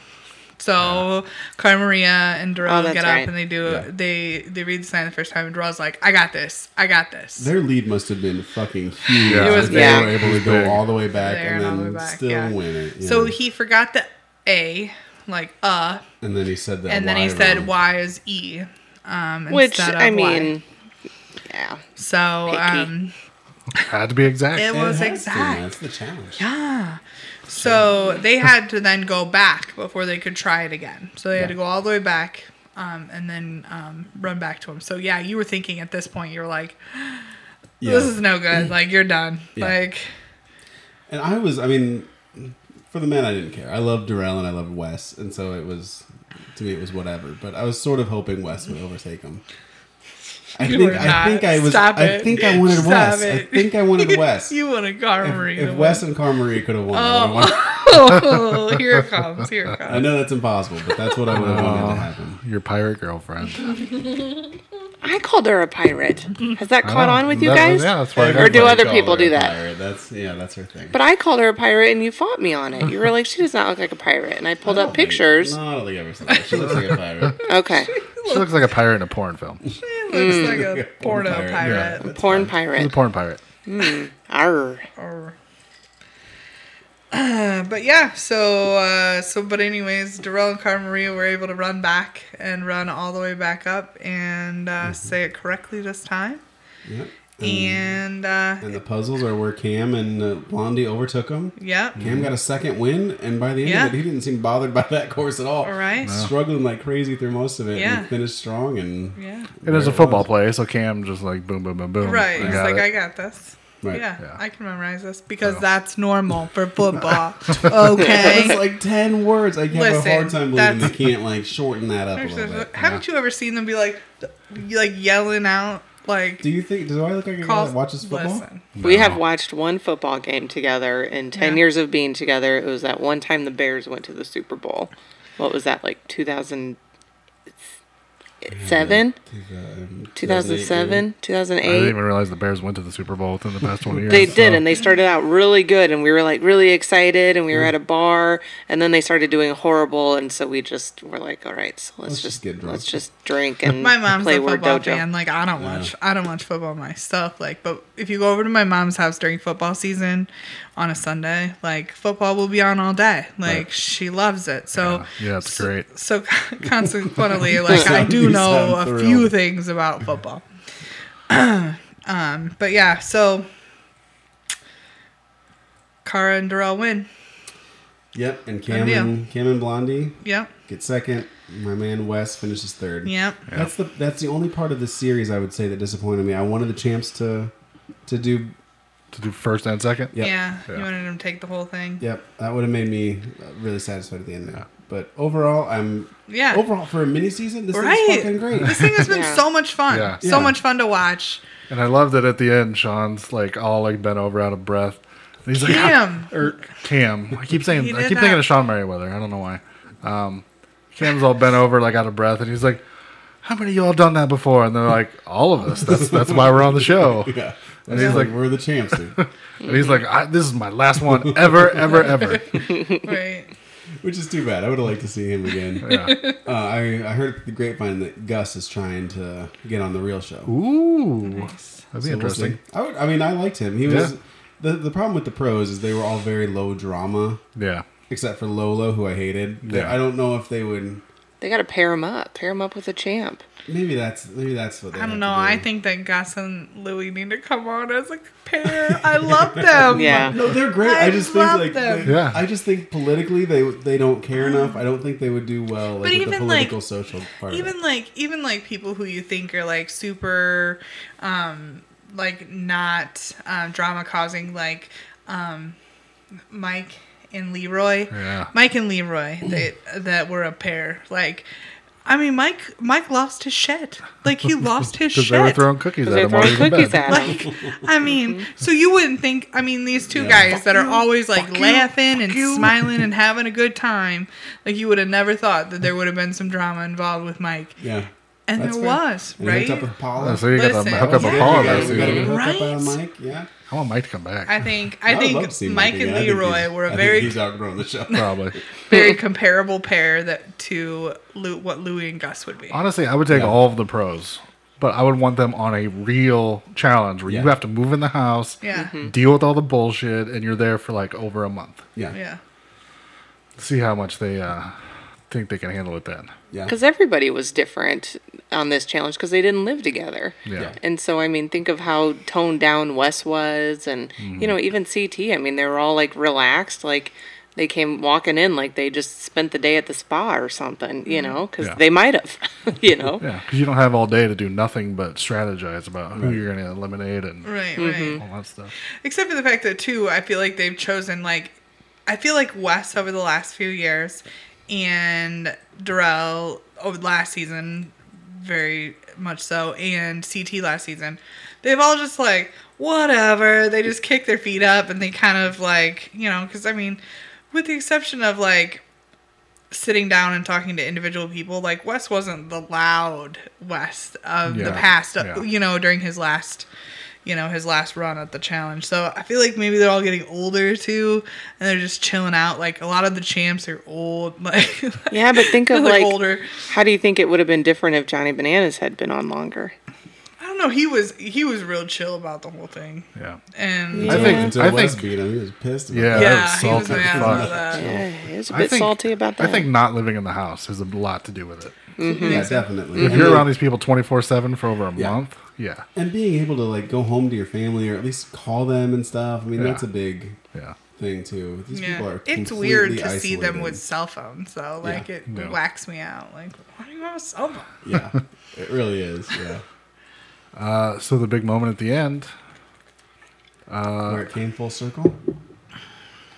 So Carmen Maria and Darrell
Oh, that's
get up
right.
and they do they they read the sign the first time and Darrell's like, I got this, I got this.
Their lead must have been fucking huge.
Yeah. It
was
that they
big.
were able to
It was
go
big.
all the way back
there
and
and all the
then
way back.
still
yeah.
win it.
So
yeah.
he forgot the A, like uh,
and then he said that.
and then he
why
said
wrong.
Y is E. Um,
Which
instead of
I
Y.
mean, yeah.
so
picky.
um,
Had to be exact.
It
it was
has to,
exact.
That's the challenge.
So they had to then go back before they could try it again. So they had to go all the way back um, and then um, run back to him. So yeah, you were thinking at this point, you were like,
Yeah.
this is no good. Like you're done.
Yeah.
Like
And I was, I mean, for the men, I didn't care. I loved Durrell and I loved Wes, and so it was, to me, it was whatever. But I was sort of hoping Wes would overtake him. I
You
think,
were
I
not.
think I was.
Stop
I
it.
think I wanted
Stop
Wes. I
it.
think I wanted Wes.
you want to Garmory.
if Wes and Carmarie could have won, I would've won.
Oh, here it comes. Here it comes.
I know that's impossible, but that's what I would have
Oh.
wanted to happen.
Your pirate girlfriend.
I called her a pirate. Has that caught
know.
on with you
That-
guys?
yeah, that's why I
Or
got
do
my
other
Call
people
her
do
a
that?
pirate. That's yeah, that's her thing.
But I called her a pirate, and you fought me on it. You were like, "She does not look like a pirate," and I pulled up pictures.
No, I don't think I ever said that. She looks like a pirate.
Okay,
She looks like a pirate in a porn film.
It looks like a porno
Pirate,
pirate.
porn
She's a
pirate.
porn pirate.
Arr.
Or- Uh, but yeah, so uh, so but anyways, Darrell and Carmen Maria were able to run back and run all the way back up and uh, say it correctly this time.
Mm-hmm. Yep.
And uh,
And the puzzles are where Cam and uh, Blondie overtook him.
yep,
Cam got a second win, and by the end
Yeah.
of it, he didn't seem bothered by that course at all.
all right,
Struggling like crazy through most of it,
Yeah.
and finished strong. And
yeah,
It is a football play, so Cam just like boom, boom, boom, boom.
right.
I
He's
got
like,
it.
I got this.
Right.
Yeah,
Yeah.
I can memorize this because that's normal for football. okay.
It's like ten words. I have a
Listen,
hard time believing they
that's-
can't like shorten that up a little bit.
Haven't you ever seen them be like, like yelling out like?
Do you think? Do I look like a guy
calls-
that watches football?
Listen.
We have watched one football game together in 10
Yeah.
years of being together. It was that one time the Bears went to the Super Bowl. What was that, like 2007?
Um,
2007?
I didn't
2008?
even realize the Bears went to the Super Bowl within the past 20 years.
They
so-
did, and they started out really good, and we were like really excited, and we were at a bar, and then they started doing horrible, and so we just were like, all right, so let's,
Let's just
just,
get drunk."
let's just drink and
my mom's
play
a
Word
football
Dojo.
fan. Like I don't watch I don't watch football myself. Like, but if you go over to my mom's house during football season on a Sunday, like football will be on all day. Like she loves it. So
Yeah, it's
so-
great.
So, consequently, like I do
You
know
sound
a
thrilled.
few things about football. um, but yeah, so Cara and Darrell win.
Yep, and Cam
Yeah.
and Cam and Blondie
Yep.
get second. My man Wes finishes third.
Yep.
That's the that's the only part of the series I would say that disappointed me. I wanted the champs to to do.
to do first and second.
Yep.
Yeah.
Yeah.
You wanted him to take the whole thing.
Yep, that would have made me uh, really satisfied at the end. There. But overall, I'm
Yeah.
Overall, for a mini season, this
Right.
is fucking great.
This thing has been
Yeah.
so much fun.
Yeah.
So
Yeah.
much fun to watch.
And I love that at the end, Sean's like all like bent over out of breath. And he's like,
Cam.
or Cam. I keep saying,
He
I
did
keep thinking
that.
of Sean Merriweather. I don't know why. Um, Cam's all bent over, like out of breath, and he's like, "How many of y'all done that before?" And they're like, "All of us. That's that's why we're on the show."
yeah.
And
It's
he's
like,
like,
we're the champs, dude.
and he's like, I, "This is my last one ever, ever, ever."
Right.
Which is too bad. I would have liked to see him again. Uh, I, I heard the grapevine that Gus is trying to get on the real show.
Ooh, that'd be
So we'll see.
interesting.
I, would, I mean, I liked him. He was
Yeah.
the the problem with the pros is they were all very low drama,
Yeah,
except for Lolo, who I hated. They-
Yeah.
I don't know if they would.
They got to pair him up. Pair him up with a champ.
Oh
Maybe that's maybe that's what they
I
have
don't
to
know.
do.
I think that Gus and Louie need to come on as a pair. I love them.
Yeah.
No, they're great.
I
I, just think
love
like
them. Mm-hmm.
they-
Yeah.
I just think politically they they don't care enough. I don't think they would do well like
But
with the
even, like,
political social part. of
Even
it.
like even like people who you think are like super um like not um drama causing like um Mike and Leroy.
Yeah.
Mike and Leroy that that were a pair. Like I mean Mike Mike lost his shit. Like he lost his
because they were
shit.
throwing cookies at
They're
him. while he
throwing
was in
cookies
bed.
at him.
like i mean so you wouldn't think i mean these two guys that are always like laughing and smiling and having a good time like you would have never thought that there would have been some drama involved with mike
yeah,
and
That's
there
fair.
was
And
right
hooked up with Paula.
Oh, so you got to
Listen.
hook up
Yeah.
a Paula
Yeah,
there.
we gotta get
soon.
hooked up by a mic,
Right?
Yeah.
I want Mike to come back.
i think i,
would love
think
to see
mike
again.
and
I think
leroy
he's-
were
I
a
think
very
he's outgrown the show.
Probably.
very comparable pair that to Lou, what louie and gus would be
Honestly, I would take
Yeah.
all of the pros, but I would want them on a real challenge where
Yeah.
you have to move in the house,
Yeah.
Mm-hmm.
deal with all the bullshit, and you're there for like over a month.
Yeah, yeah.
yeah
See how much they uh, think they can handle it then.
Because everybody was different on this challenge because they didn't live together.
Yeah.
Yeah.
And so, I mean, think of how toned down Wes was, and
Mm-hmm.
you know, even CT. I mean, they were all like relaxed, like they came walking in like they just spent the day at the spa or something, you know, because
Mm-hmm. Yeah.
they might have, you know.
Yeah, because you don't have all day to do nothing but strategize about who you're going to eliminate and
right right
all that stuff.
i feel like they've chosen like i feel like wes over the last few years and Darrell over the last season very much so and ct last season they've all just like whatever they just kick their feet up and they kind of like you know because i mean with the exception of like sitting down and talking to individual people like wes wasn't the loud west of the
Yeah,
past
yeah.
you know during his last you know his last run at the challenge so i feel like maybe they're all getting older too and they're just chilling out like a lot of the champs are old like
Yeah, but think of
like,
like,
older
how do you think it would have been different if Johnny Bananas had been on longer?
i don't know he was he was real chill about the whole thing
Yeah.
and
Until-
I think-
until
I
Wes
think-
beat him. He was pissed. About
Yeah.
it.
yeah
that was
he was
salty as
mad about
fuck.
that
Yeah, he was a
I
bit
think-
salty about that.
I think not living in the house has a lot to do with it.
Mm-hmm.
yeah, definitely.
If
And
you're
then-
around these people 24 7 for over a
Yeah.
month, yeah.
and being able to like go home to your family or at least call them and stuff. I mean,
Yeah.
that's a big
Yeah.
thing too. These people
Yeah.
are
It's weird to
completely
see them
isolated.
with cell phones, though. Like, it
No.
whacks me out. Like, why do you have a cell phone?
yeah, it really is. Yeah,
Uh, so the big moment at the end,
where it came full circle.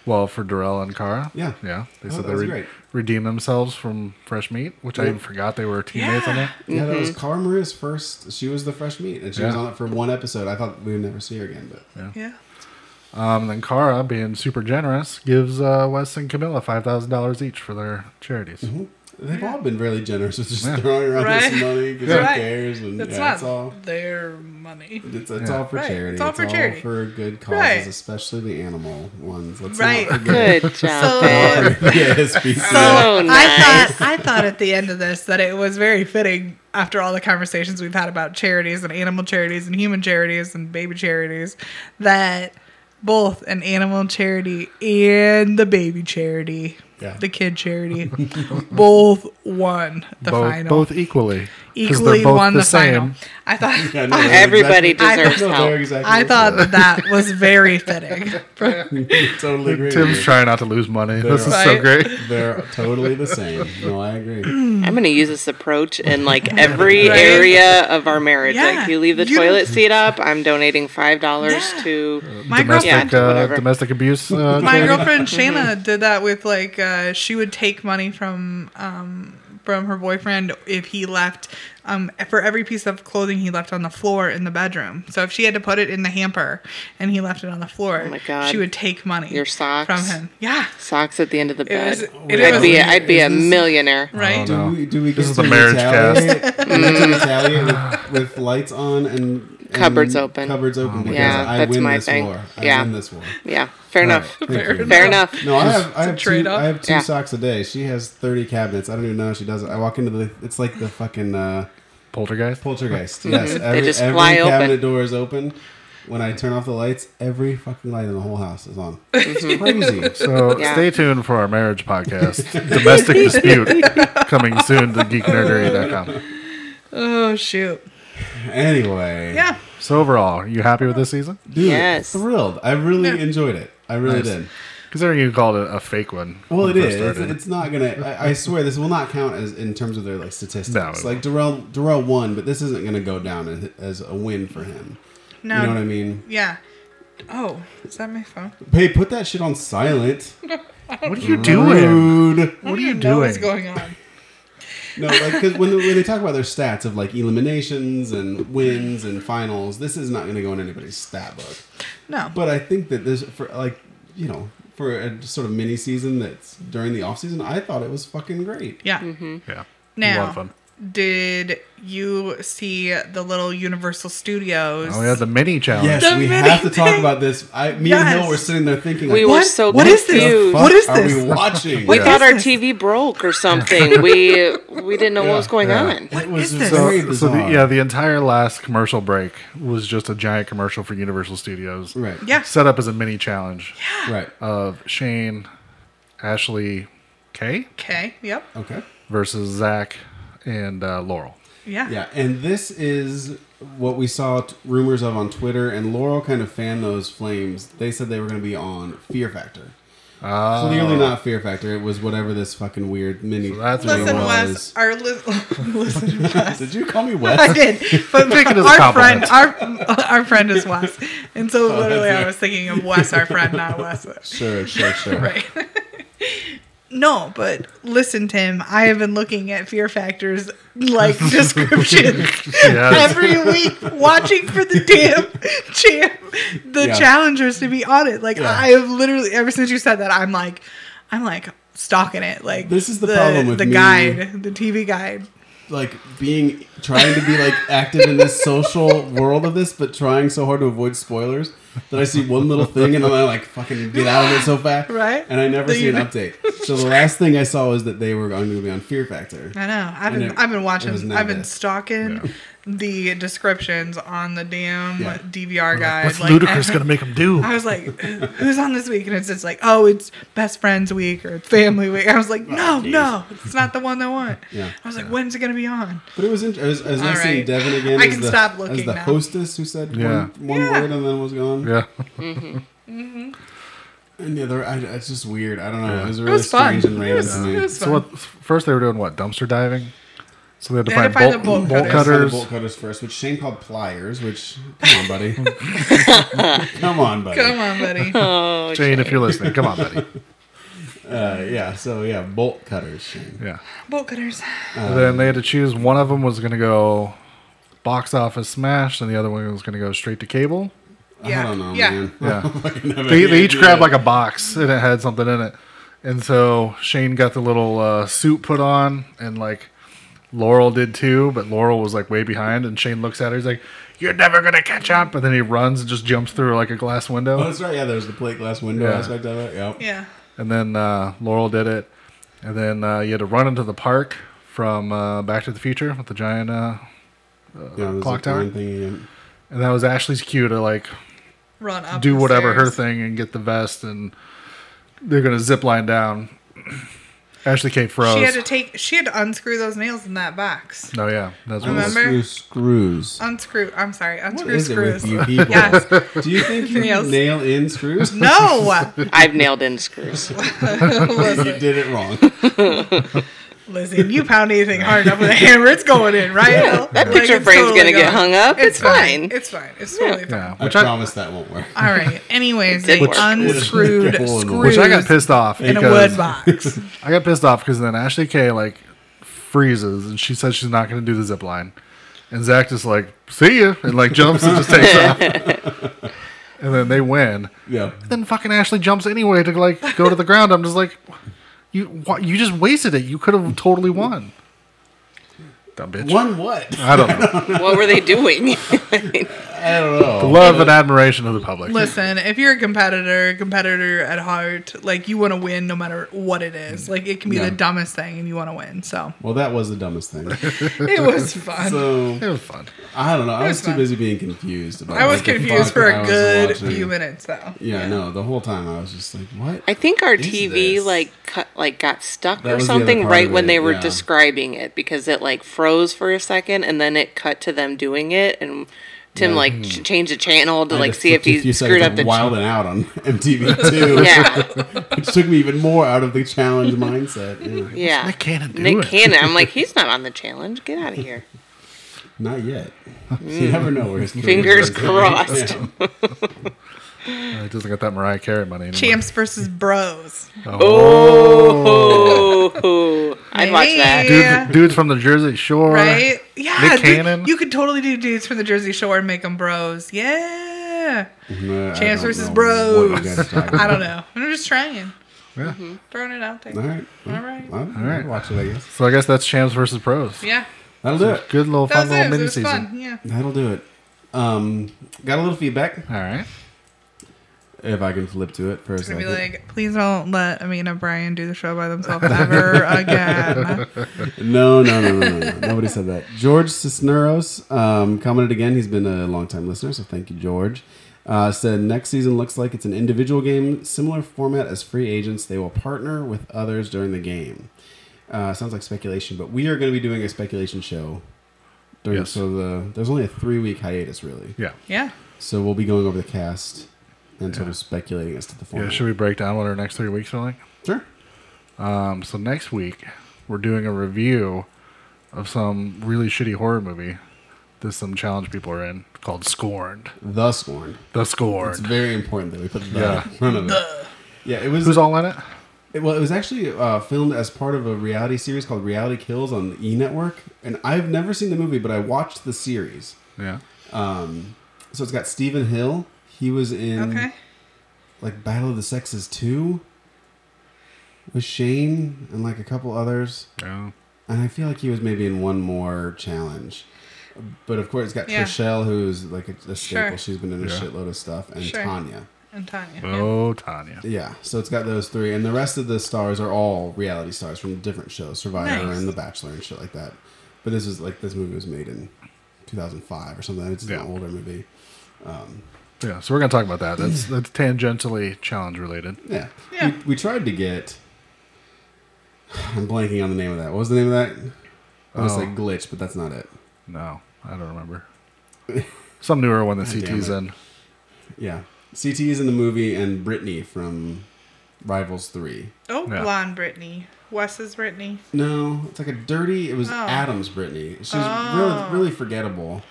well, for Darrell and Kara.
Yeah.
Yeah. They
Oh,
said
that
they
was
re-
great.
redeemed themselves from Fresh Meat, which I even forgot they were teammates on that.
Yeah, that
Mm-hmm.
was Cara Maria's first. She was the fresh meat, and she was
Yeah.
on it for one episode. I thought we would never see her again, but
Yeah.
Um, and then Kara, being super generous, gives uh, Wes and Camilla $5,000 each for their charities.
Mm-hmm. they've all been really generous with just throwing around
Right.
this money because
Right.
who cares? And
That's
yeah,
not
it's all
their money.
it's, it's all for
Right.
charity.
It's all for charity.
for good causes,
Right.
especially the animal ones. Let's
Right.
not forget.
Good job,
So-
babe.
the SPCA.
So
I
Oh, nice.
thought I thought at the end of this that it was very fitting after all the conversations we've had about charities and animal charities and human charities and baby charities that both an animal charity and the baby charity,
Yeah.
the kid charity, both won the
Both,
final.
both equally. 'Cause they're
equally
both
won the,
same.
final. I thought
Yeah, no, they're
Everybody
exactly,
deserves
No, they're
help.
exactly
I
the
thought that that was very fitting. For,
same. totally agree. with
Tim's
you.
trying not to lose money. This is so
Right.
great. Uh,
They're totally the same. No, I agree.
I'm gonna use this approach in like every
Right.
area of our marriage.
Yeah.
Like you leave the
You-
toilet seat up, I'm donating five dollars
Yeah.
to
my girlfriend,
Domestic,
Yeah,
uh,
whatever.
domestic abuse. Uh,
my
charity.
Mm-hmm.
girlfriend Shayna did that with like uh, uh, she would take money from um, from her boyfriend if he left um, for every piece of clothing he left on the floor in the bedroom. So if she had to put it in the hamper and he left it on the floor,
Oh my God.
she would take money
Your socks.
from him. Yeah,
Socks at the end of the bed.
was- it
I'd
was-
be a, I'd be a
Is this-
millionaire.
Um,
right.
Do we, do we get
This is
to
the marriage
retaliate? Do we get to retaliate with, with lights on and, and
Cupboards open.
Cupboards
Oh
open. because
Yeah,
I
that's
win
my
this
thing.
war. I
Yeah.
win this war.
Yeah, fair enough.
All right, thank you.
Fair enough.
No, I have I have two
trade-off.
I have two
Yeah.
socks a day. She has thirty cabinets. I don't even know how she does it. I walk into the it's like the fucking uh,
Poltergeist.
poltergeist. Yes, every,
just
every
fly open.
cabinet door is open. When I turn off the lights, every fucking light in the whole house is on. It's crazy.
So
Yeah.
stay tuned for our marriage podcast, Domestic Dispute, coming soon to geeknerdery.com.
Oh shoot.
Anyway,
Yeah.
So overall, are you happy with this season?
dude,
Yes.
thrilled. I really enjoyed it. I really
Nice.
did.
Considering you called it a fake one.
Well,
when
it
first
is. It's,
started.
it's not gonna. I, I swear this will not count as in terms of their like statistics.
No, it
like Darrell, Darrell won, but this isn't gonna go down as, as a win for him.
No.
You know what I mean?
Yeah. Oh, is that my phone?
Hey, put that shit on silent.
what are you doing?
Dude.
What are you
know what's
doing?
going on?
No, like because when, when they talk about their stats of like eliminations and wins and finals, this is not going to go in anybody's stat book.
No.
But I think that this for like you know for a sort of mini season that's during the off season, I thought it was fucking great.
yeah.
Mm-hmm.
Yeah.
Now,
A lot of fun.
did you see the little Universal Studios?
Oh, yeah, the mini challenge.
Yes,
The
we
mini
have to talk
thing.
about this. I, me
Yes.
and Hill were sitting there thinking,
We
like,
were
What?
so
What is this?
confused.
What is
fuck are
this?
we watching?
We
Yeah.
thought our
this?
TV broke or something. we we didn't know what was going on.
it was
is
just
this?
very
So, so the,
bizarre.
yeah, the entire last commercial break was just a giant commercial for Universal Studios.
right,
Yeah.
Set up as a mini challenge
right,
of Shane, Ashley, Kay
Okay. Yep.
okay.
versus Zach and uh, Laurel.
Yeah.
Yeah, and this is what we saw t- rumors of on Twitter, and Laurel kind of fanned those flames. They said they were going to be on Fear Factor. Clearly not Fear Factor. It was whatever this fucking weird mini.
Oh. So that's what it
Listen,
was.
Wes. Our li- listen,
Did you call me
I
Wes?
did, but
it as a
our friend,
compliment.
our our friend is Wes, and so literally
that's
I
it.
was thinking of Wes, our friend, not Wes.
sure, sure, sure.
Right. No, but listen, Tim. I have been looking at Fear Factor's like descriptions
Yes.
every week watching for the damn champ, the
Yeah.
challengers to be on it. Like
Yeah.
I have literally ever since you said that, I'm like, I'm like stalking it. Like
This is the problem with
the
me.
guide, the TV guide.
Like being trying to be like active in this social world of this, but trying so hard to avoid spoilers that I see one little thing and I'm like, fucking get out of it so fast,
Right.
And I never
The
see an
uni-
update. So the last thing I saw was that they were going to be on Fear Factor.
I know. I've
And
been
it-
I've been
it was
watching.
not
I've been
that.
stalking the descriptions on the damn
Yeah.
DVR guide.
What's
like,
Ludacris
every-
going to make him do?
I was like, who's on this week? And it's just like, oh, it's best friends week or it's family week. I was like, no, no, it's not the one they want.
Oh, Yeah.
I was like, when's it gonna be on?
But it was int- it was, it was nice
All
seeing
right.
Devin again.
I
as
can
the,
stop
as
looking
the
now.
hostess who said
Yeah.
one, one
Yeah.
word and then was gone.
yeah.
And the other, I, it's just weird. I don't know. It was
It
really
was fun.
strange and
It
random
was,
to me.
it was
So
fun.
what, first they were doing what? Dumpster diving? So they had to
They
find,
had to
bolt,
find the bolt
bolt
I guess I had the
cutters.
bolt cutters first, which Shane called pliers. Which come on, buddy. come on, buddy.
Come on, buddy.
Oh,
Shane, if you're listening, come on, buddy.
Uh, yeah. So yeah, bolt cutters. Shane.
Yeah.
Bolt cutters.
And then they had to choose one of them was going to go box office smash, and the other one was going to go straight to cable.
Yeah.
I don't know,
Yeah.
man.
Yeah.
they,
They, they each grabbed like a box and it had something in it. And so Shane got the little uh, suit put on, and like Laurel did too, but Laurel was like way behind. And Shane looks at her, he's like, You're never going to catch up. And then he runs and just jumps through like a glass
Oh,
window.
that's right. Yeah, there's the plate glass window
Yeah.
aspect of it. Yep.
Yeah.
And then uh, Laurel did it. And then uh, you had to run into the park from uh, Back to the Future with the giant. Uh,
Yeah, there's
Clock
a thing
tower?
again.
and that was Ashley's cue to like
Run up.
do
the
whatever her
stairs.
thing and get the vest, and they're gonna zip line down. Ashley K froze.
She had to take. She had to unscrew those nails in that box.
no, yeah, that's what it was.
Remember?
Unscrew screws.
Unscrew. I'm sorry.
What
Unscrew
is it
screws.
with you people?
Yes.
Do you think you
Nails.
nail in screws?
No.
I've nailed in screws.
you did it wrong.
Listen, you pound anything hard enough with a hammer, it's going in, right? Al?
that
Like,
picture
it's
frame's
totally
gonna get hung up. It's fine.
It's fine. It's totally fine.
Yeah,
I
which I,
promise that won't work.
All right. Anyways,
Did
they
work.
unscrewed
Which-
screws
which I got pissed off
in a wood box.
because I got pissed off because then Ashley K like freezes and she says she's not going to do the zip line, and Zach just like see ya and like jumps and just takes off, and then they win.
Yeah.
Then fucking Ashley jumps anyway to like go to the ground. I'm just like, you why, you just wasted it. You could have totally won. Dumb bitch.
One what?
I don't know.
What were they doing?
I don't know.
Love and admiration of the public.
Listen, if you're a competitor, competitor at heart, like you want to win no matter what it is. Like it can be
Yeah.
the dumbest thing and you want to win. So
Well, that was the dumbest thing.
it was fun.
So
It was fun.
I don't know. I
It
was,
was
too
fun.
busy being confused. About
I was
what the
confused
fuck I
for a
was
good
watching.
few minutes though.
Yeah, no, the whole time I was just like, what?
I think our
Is
TV
this-
like cut, like got stuck
That
or
was the other
something
part
right
of
when
it,
they were
yeah.
describing it because it like froze for a second and then it cut to them doing it and Tim like ch- changed the channel to
I had
like
to
see if
flip through a
he
few
screwed
seconds
up
of
the ch-
wilding out on MTV too.
yeah
which took me even more out of the challenge mindset. Yeah.
yeah
Nick Cannon do
Nick
it?
Cannon I'm like he's not on the challenge get out of here
Not yet. You never know where his career
Mm. fingers
is.
crossed
Uh, It doesn't get that Mariah Carey money anymore.
Champs versus bros.
oh I'd watch that
Yeah.
Dude, dudes from the Jersey Shore.
Right? Yeah.
Nick
dude,
Cannon?
you could totally do dudes from the Jersey Shore and make them bros. Yeah.
Nah, I
Chance
don't
versus
know
bros.
what you guys are talking
I
about.
don't know. I'm just trying.
Yeah.
Mm-hmm.
Throwing it out there.
All right.
All
All
right.
right. All
right.
right. Watch it, I guess.
So I guess that's Champs versus Pros.
Yeah.
That'll do it.
Good little
That
fun
was it.
little
It
mini
was
season.
fun. Yeah.
That'll do it. Um, got a little feedback.
All right.
If I can flip to it for a
It's gonna
second.
be like, please don't let Amina Brian do the show by themselves ever again.
no, no, no, no, no, no. Nobody said that. George Cisneros um, commented again. He's been a longtime listener, so thank you, George. Uh, said next season looks like it's an individual game, similar format as free agents. They will partner with others during the game. Uh, sounds like speculation, but we are going to be doing a speculation show. During,
Yes.
So the there's only a three week hiatus really.
Yeah.
Yeah.
So we'll be going over the cast and sort of speculating as to the
Yeah.
format.
Should we break down what our next three weeks are like?
Sure.
Um, so next week we're doing a review of some really shitty horror movie that some challenge people are in called Scorned.
The Scorn.
The
It's
Scorned.
very important that we put the
Yeah.
in front of it. Yeah, it was
Who's all in it?
It- Well, it was actually uh, filmed as part of a reality series called Reality Kills on the E Network, and I've never seen the movie, but I watched the series.
Yeah.
So it's got Stephen Hill. He was in
Okay.
like Battle of the Sexes two with Shane and like a couple others,
Yeah.
and I feel like he was maybe in one more challenge. But of course, it's got
Yeah.
Trishelle, who's like a, a staple.
Sure.
She's been in a
Yeah.
shitload of stuff, and
Sure.
Tanya.
And Tanya.
Oh, Tanya.
Yeah, so it's got those three, and the rest of the stars are all reality stars from different shows, Survivor
Nice.
and The Bachelor and shit like that. But this is like this movie was made in 2005 or something. It's
Yeah.
an older movie.
Yeah. So we're gonna talk about that. That's that's tangentially challenge related.
Yeah,
Yeah.
We, we tried to get. I'm blanking on the name of that. What was the name of that? I was
Oh.
like glitch, but that's not it.
No, I don't remember. Some newer one that CT's
damn
in.
Yeah, CT is in the movie, and Brittany from Rivals Three.
Oh,
Yeah.
blonde Brittany. Wes's Brittany.
No, it's like a dirty. It was
Oh.
Adams Brittany. She's
Oh.
really, really forgettable.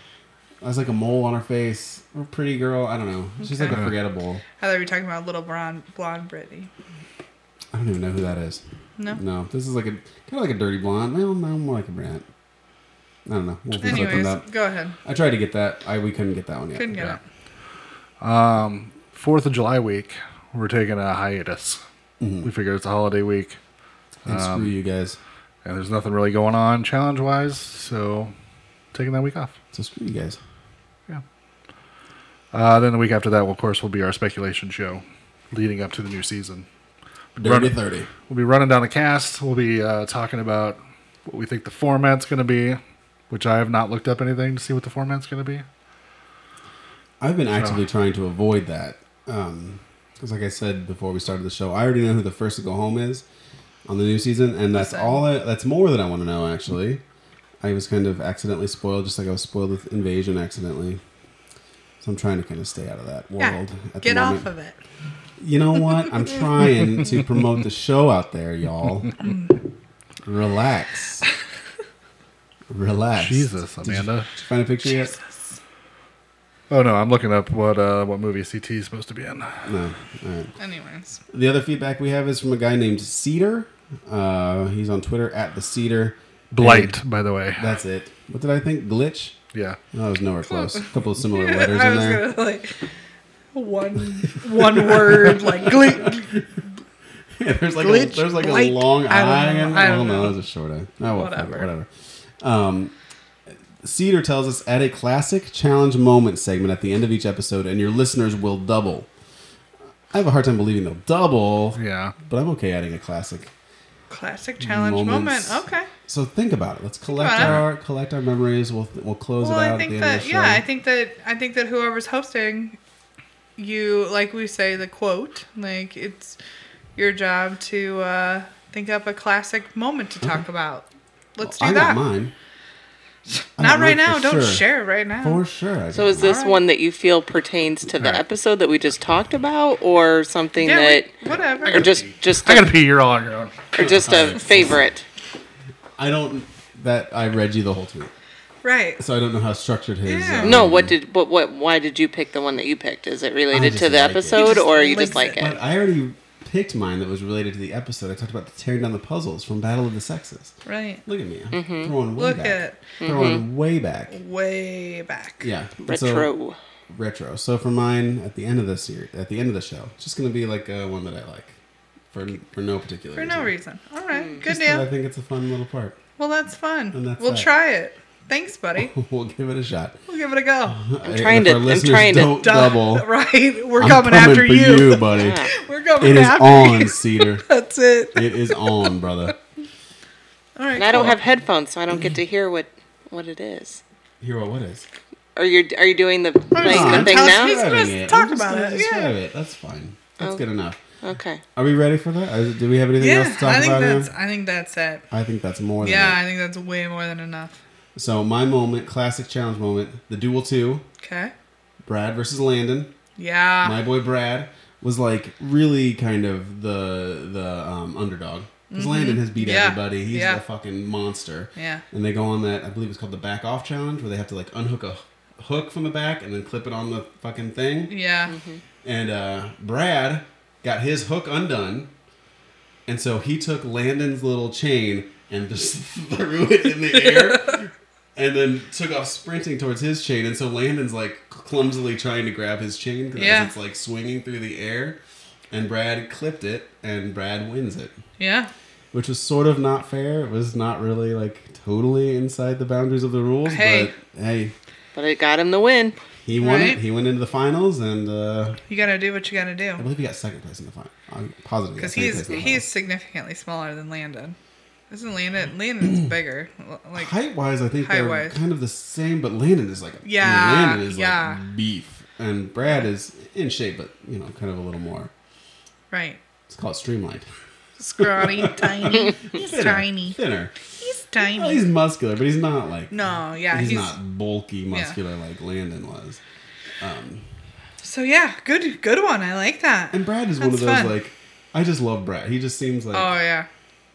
I was like a mole on her face. A pretty girl. I don't know. She's like
Okay.
a forgettable.
I thought we were talking about little blonde, blonde Brittany.
I don't even know who that is.
No.
No, this is like a kind of like a dirty blonde. Well, no, more like a brunette. I don't know. We'll have to look them
Anyways,
up.
go ahead.
I tried to get that. I we couldn't get that one yet.
Couldn't get
Yeah. Um,
it.
Fourth of July week, we're taking a hiatus. We figured it's a holiday week,
And screw you guys.
and there's nothing really going on challenge wise, so taking that week off.
So screw you guys.
Yeah. Uh, then the week after that, of course, will be our speculation show, leading up to the new season.
Dirty
Run-
thirty.
We'll be running down the cast. We'll be uh, talking about what we think the format's going to be, which I have not looked up anything to see what the format's going to be.
I've been actively trying to avoid that. Um 'cause because like I said before we started the show, I already know who the first to go home is on the new season, and that's
Listen.
all. I, that's more than I want to know. Actually, I was kind of accidentally spoiled, just like I was spoiled with Invasion accidentally. So I'm trying to kind of stay out of that
Yeah.
world. at
Get
the
off
moment.
of it.
You know what? I'm trying to promote the show out there, y'all. Relax. Relax.
Jesus,
Did you-
Amanda.
Did you find a picture yet?
Oh no, I'm looking up what uh, what movie CT is supposed to be in.
No. All right.
Anyways,
The other feedback we have is from a guy named Cedar. Uh, he's on Twitter at the Cedar.
Blight, by the way.
And that's it. What did I think? Glitch?
Yeah.
That was nowhere close. A couple of similar
I
letters in
was
there.
gonna like one one word like glit.
Yeah, there's like a,
Glitch,
there's like
blight,
a long
I don't
eye.
know,
in-
I
well,
don't
no,
know.
it was a short eye. Oh, well, whatever. whatever.
Whatever.
Um, Cedar tells us at a classic challenge moment segment at the end of each episode, and your listeners will double. I have a hard time believing they'll double,
Yeah.
but I'm okay adding a classic
Classic challenge
Moments.
moment. Okay.
So think about it. Let's collect
Come on.
our collect our memories. We'll we'll close
Well,
it out
I think
at the end
that
of the show.
yeah, I think that I think that whoever's hosting, you like we say the quote like it's your job to uh, think up a classic moment to talk about. Let's do
I
that.
got mine. I got
Not
mine
right now.
for
Don't
sure.
share right now.
For sure. I
So
got
is this
Alright.
one that you feel pertains to the
Alright.
episode that we just talked about, or something
yeah,
that,
we- whatever.
or just just
I
a,
gotta pee. You're all on your own.
or just a favorite?
mine. I don't. That I read you the whole tweet,
right.
so I don't know how structured his.
Yeah.
No, what did what what? Why did you pick the one that you picked? Is it related
just
to the
like it.
He
episode,
just
or you
likes
just like
it.
it?
But I already picked mine that was related to the episode. I talked about the tearing down the puzzles from Battle of the Sexes.
Right.
Look at me. I'm
Mm-hmm.
Throwing way
Look
back.
at
Throwing way back.
way back.
Yeah. And so-
Retro.
retro. So for mine, at the end of this year, at the end of the show, it's just gonna be like uh, one that I like for for no particular
For no reason. All right.
Hmm.
Good
Just 'cause I
deal.
think it's a fun little part.
Well, that's fun.
And that's
we'll
that.
try it. Thanks, buddy.
we'll give it a shot.
We'll give it a go.
I'm
trying to- I'm trying to
don't
Duh.
double.
Right. We're
I'm
coming, after
for
you.
buddy.
We're coming
It is
after you.
on, Cedar.
That's it.
It is on, brother.
All right.
And I don't
cool.
have headphones, so I don't get to hear what what it is.
Hero, what is?
Are you are you doing the
just
playing
gonna
the thing
tell us
now?
he's-
Describing
gonna
it.
talk
We're just
about
gonna
it,
describe it. That's fine. That's
Oh.
good enough.
Okay.
Are we ready for that? Is- Do we have anything
Yeah,
else to talk
I think
about? Aaron?
that's. I think that's it.
I think that's more than
Yeah,
that.
I think that's way more than enough.
So my moment, classic challenge moment, the duel two,
Okay.
Brad versus Landon.
Yeah.
my boy Brad was like really kind of the the um, underdog. Because Landon has beat
Mm-hmm. Yeah.
everybody. He's
Yeah.
the fucking monster.
Yeah.
And they go on that I believe it's called the back off challenge where they have to like unhook a h- hook from the back and then clip it on the fucking thing.
yeah.
And uh, Brad got his hook undone, and so he took Landon's little chain and just threw it in the air, and then took off sprinting towards his chain. And so Landon's like clumsily trying to grab his chain because
Yeah.
it's like swinging through the air, and Brad clipped it, and Brad wins it.
Yeah.
Which was sort of not fair. It was not really like totally inside the boundaries of the rules,
Hey.
but hey,
But it got him the win.
he won
Right.
it. He went into the finals, and uh,
You gotta do what you gotta
I
do.
believe he got second place in the final. I'm positive.
Because
he got second
he's
place in the
he's significantly smaller than Landon. Isn't Landon? Landon's bigger. L- Like
height wise, I think they're
Height-wise.
kind of the same, but Landon is like I mean,
Yeah,
Landon is
yeah.
like beef, and Brad is in shape, but you know, kind of a little more.
right.
It's called streamlined,
Scrawny, tiny. He's
thinner,
tiny.
thinner.
He's
Well,
tiny.
he's muscular, but he's not like
No, yeah,
he's,
he's-
not bulky muscular like Landon was.
So yeah, good good one. I like that.
And Brad is one of
That's
those
fun.
like I just love Brad. He just seems like
Oh yeah.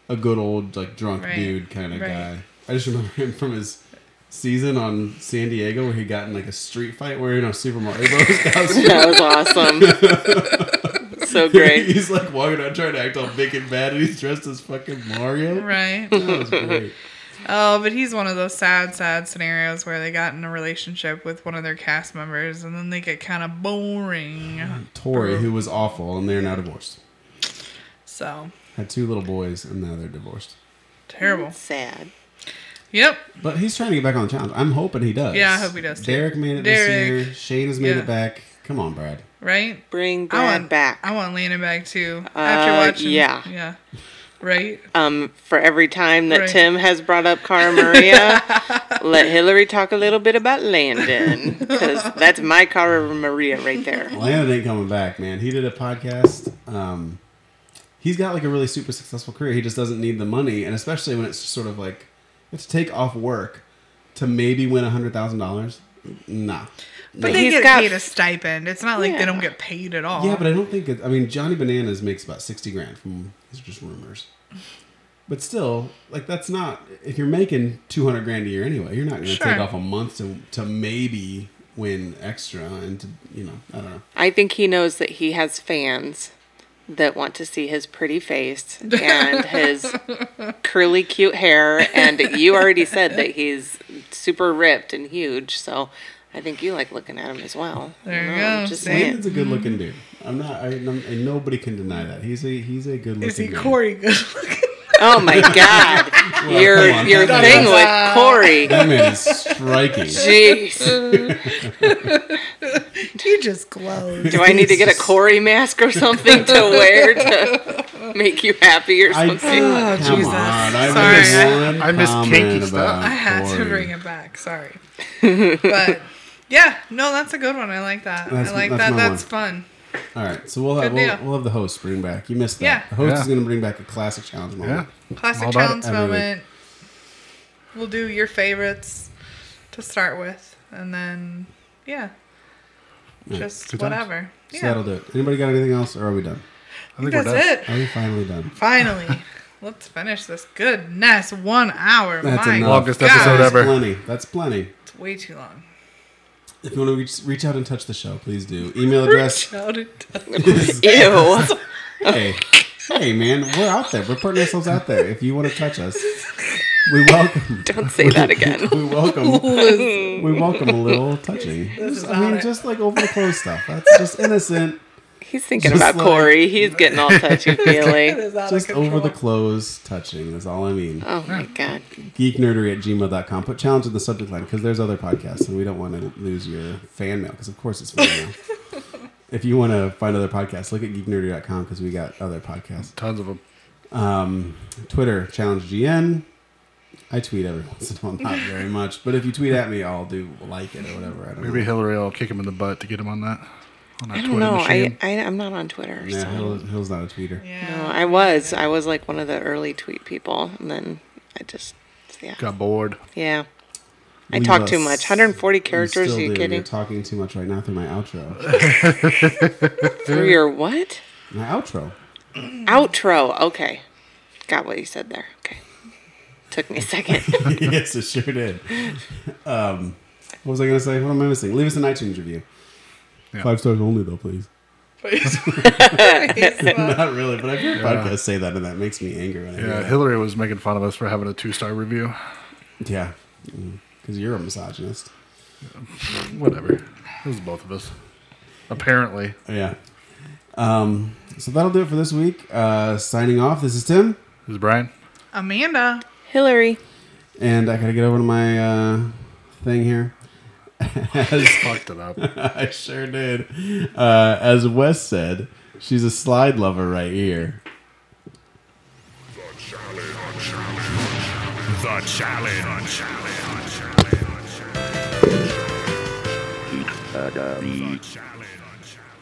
a good old like drunk
Right,
dude kind of
right.
guy. I just remember him from his season on San Diego where he got in like a street fight wearing a Super Mario Bros. costume.
That was awesome. so great.
he's like walking around trying to act all big and bad, and he's dressed as fucking Mario.
Right.
That was great.
Oh, but he's one of those sad, sad scenarios where they got in a relationship with one of their cast members and then they get kind of boring.
Tori, who was awful, and they're now divorced.
So
Had two little boys, and now they're divorced.
terrible.
Sad. Mm-hmm.
Yep.
But he's trying to get back on the challenge. I'm hoping he does.
Yeah, I hope he does, too.
Derek made it
Derek.
this year. Shane has made
Yeah.
it back. Come on, Brad.
Right.
Bring
I
Brad
want
back.
I want Landon back too.
Uh,
After watching.
yeah.
Yeah. Right.
um, for every time that
Right.
Tim has brought up Cara Maria, let Hillary talk a little bit about Landon because that's my Cara Maria right there.
Landon ain't coming back, man. He did a podcast. Um, he's got like a really super successful career. He just doesn't need the money, and especially when it's sort of like you have to take off work to maybe win a hundred thousand dollars. Nah.
But they
He's
get
got-
paid a stipend. It's not like
Yeah.
they don't get paid at all.
Yeah, but I don't think it. I mean, Johnny Bananas makes about sixty grand from these are just rumors. But still, like that's not if you're making two hundred grand a year anyway, you're not going to
Sure.
take off a month to to maybe win extra and to you know I don't know.
I think he knows that he has fans that want to see his pretty face and his curly, cute hair. And you already said that he's super ripped and huge. So I think you like looking at him as well. I
There you
don't know, I'm
go.
Just
See?
saying.
Landon's a good looking dude. I'm not. I, I'm, and nobody can deny that. He's a he's a good looking.
Is he
dude.
Corey good looking?
Oh my God. your
come on.
your
That
thing
is-
with
uh,
Corey.
That man is striking.
Jeez.
he just glowed.
Do I need to get a Corey mask or something to wear to make you happy or
I,
something?
come
Oh,
on.
Jesus.
I
Sorry,
missed
I-
one
I miss
comment
kinky stuff.
about
I had to
Corey.
bring it back. Sorry, but yeah, no, that's a good one. I like that.
That's-
I like
that's
that.
my
That's fun.
All right, so we'll have
Good
we'll,
deal.
we'll have the host bring back. You missed that.
Yeah.
The host
Yeah.
is going to bring back a classic challenge
Yeah.
moment.
Classic
All about it.
challenge
I really-
moment. We'll do your favorites to start with, and then yeah, just
Good times.
whatever.
So
yeah,
that'll do it. Anybody got anything else, or are we done?
I think
we're
that's
done.
it.
Are we finally done?
Finally, let's finish this goodness. One hour.
That's
My
enough.
Longest
God,
episode
That's
ever.
plenty. That's plenty.
It's way too long.
If you want to reach, reach out and touch the show, please do. Email address
Shouted.
is
Ew.
hey, hey, man, we're out there. We're putting ourselves out there. If you want to touch us, we welcome.
Don't say that again.
We welcome. we welcome a little touching. I mean,
not it.
just like over the clothes stuff. That's just innocent.
He's thinking
Just
about
like-
Corey. He's getting all touchy feely.
Is out
Just
of control.
over the clothes touching. That's all I mean.
Oh my god.
geeknerdery at gmail.com. Put challenge in the subject line because there's other podcasts and we don't want to lose your fan mail because, of course, it's fan mail. if you want to find other podcasts, look at geeknerdery.com because we got other podcasts.
Tons of them.
Um, Twitter, challenge GN. I tweet every once in a while, not very much, but if you tweet at me, I'll do like it or whatever. I don't
Maybe
know.
Hillary will kick him in the butt to get him on that. On that
I
Twitter
don't know. I,
machine.
I I'm not on Twitter.
Yeah,
so.
Hill, Hill's not a tweeter.
Yeah.
No, I was. I was like one of the early tweet people, and then I just yeah
Got bored.
yeah. I
Leave
talk too
us-
much. 140 characters.
still
Are you
do.
kidding?
You're talking too much right now through my outro.
Through your what?
my outro.
Outro. Okay. Got what you said there. Okay. Took me a second.
yes, it sure did. Um, what was I going to say? What am I missing? Leave us an iTunes review.
Yeah.
Five stars only, though, please.
Please.
Not really, but I've heard podcasts say that, and that makes me angry. When I hear
Yeah,
that.
Hillary was making fun of us for having a two star review.
yeah, because you're a misogynist.
Whatever. It was both of us. Apparently.
Yeah. Um, so that'll do it for this week. Uh, signing off. This is Tim,
This is Brian.
Amanda.
Hillary.
and I gotta get over to my uh, thing here.
Fucked it up.
I sure did. Uh, as Wes said, she's a slide lover right here.
The challenge. The challenge.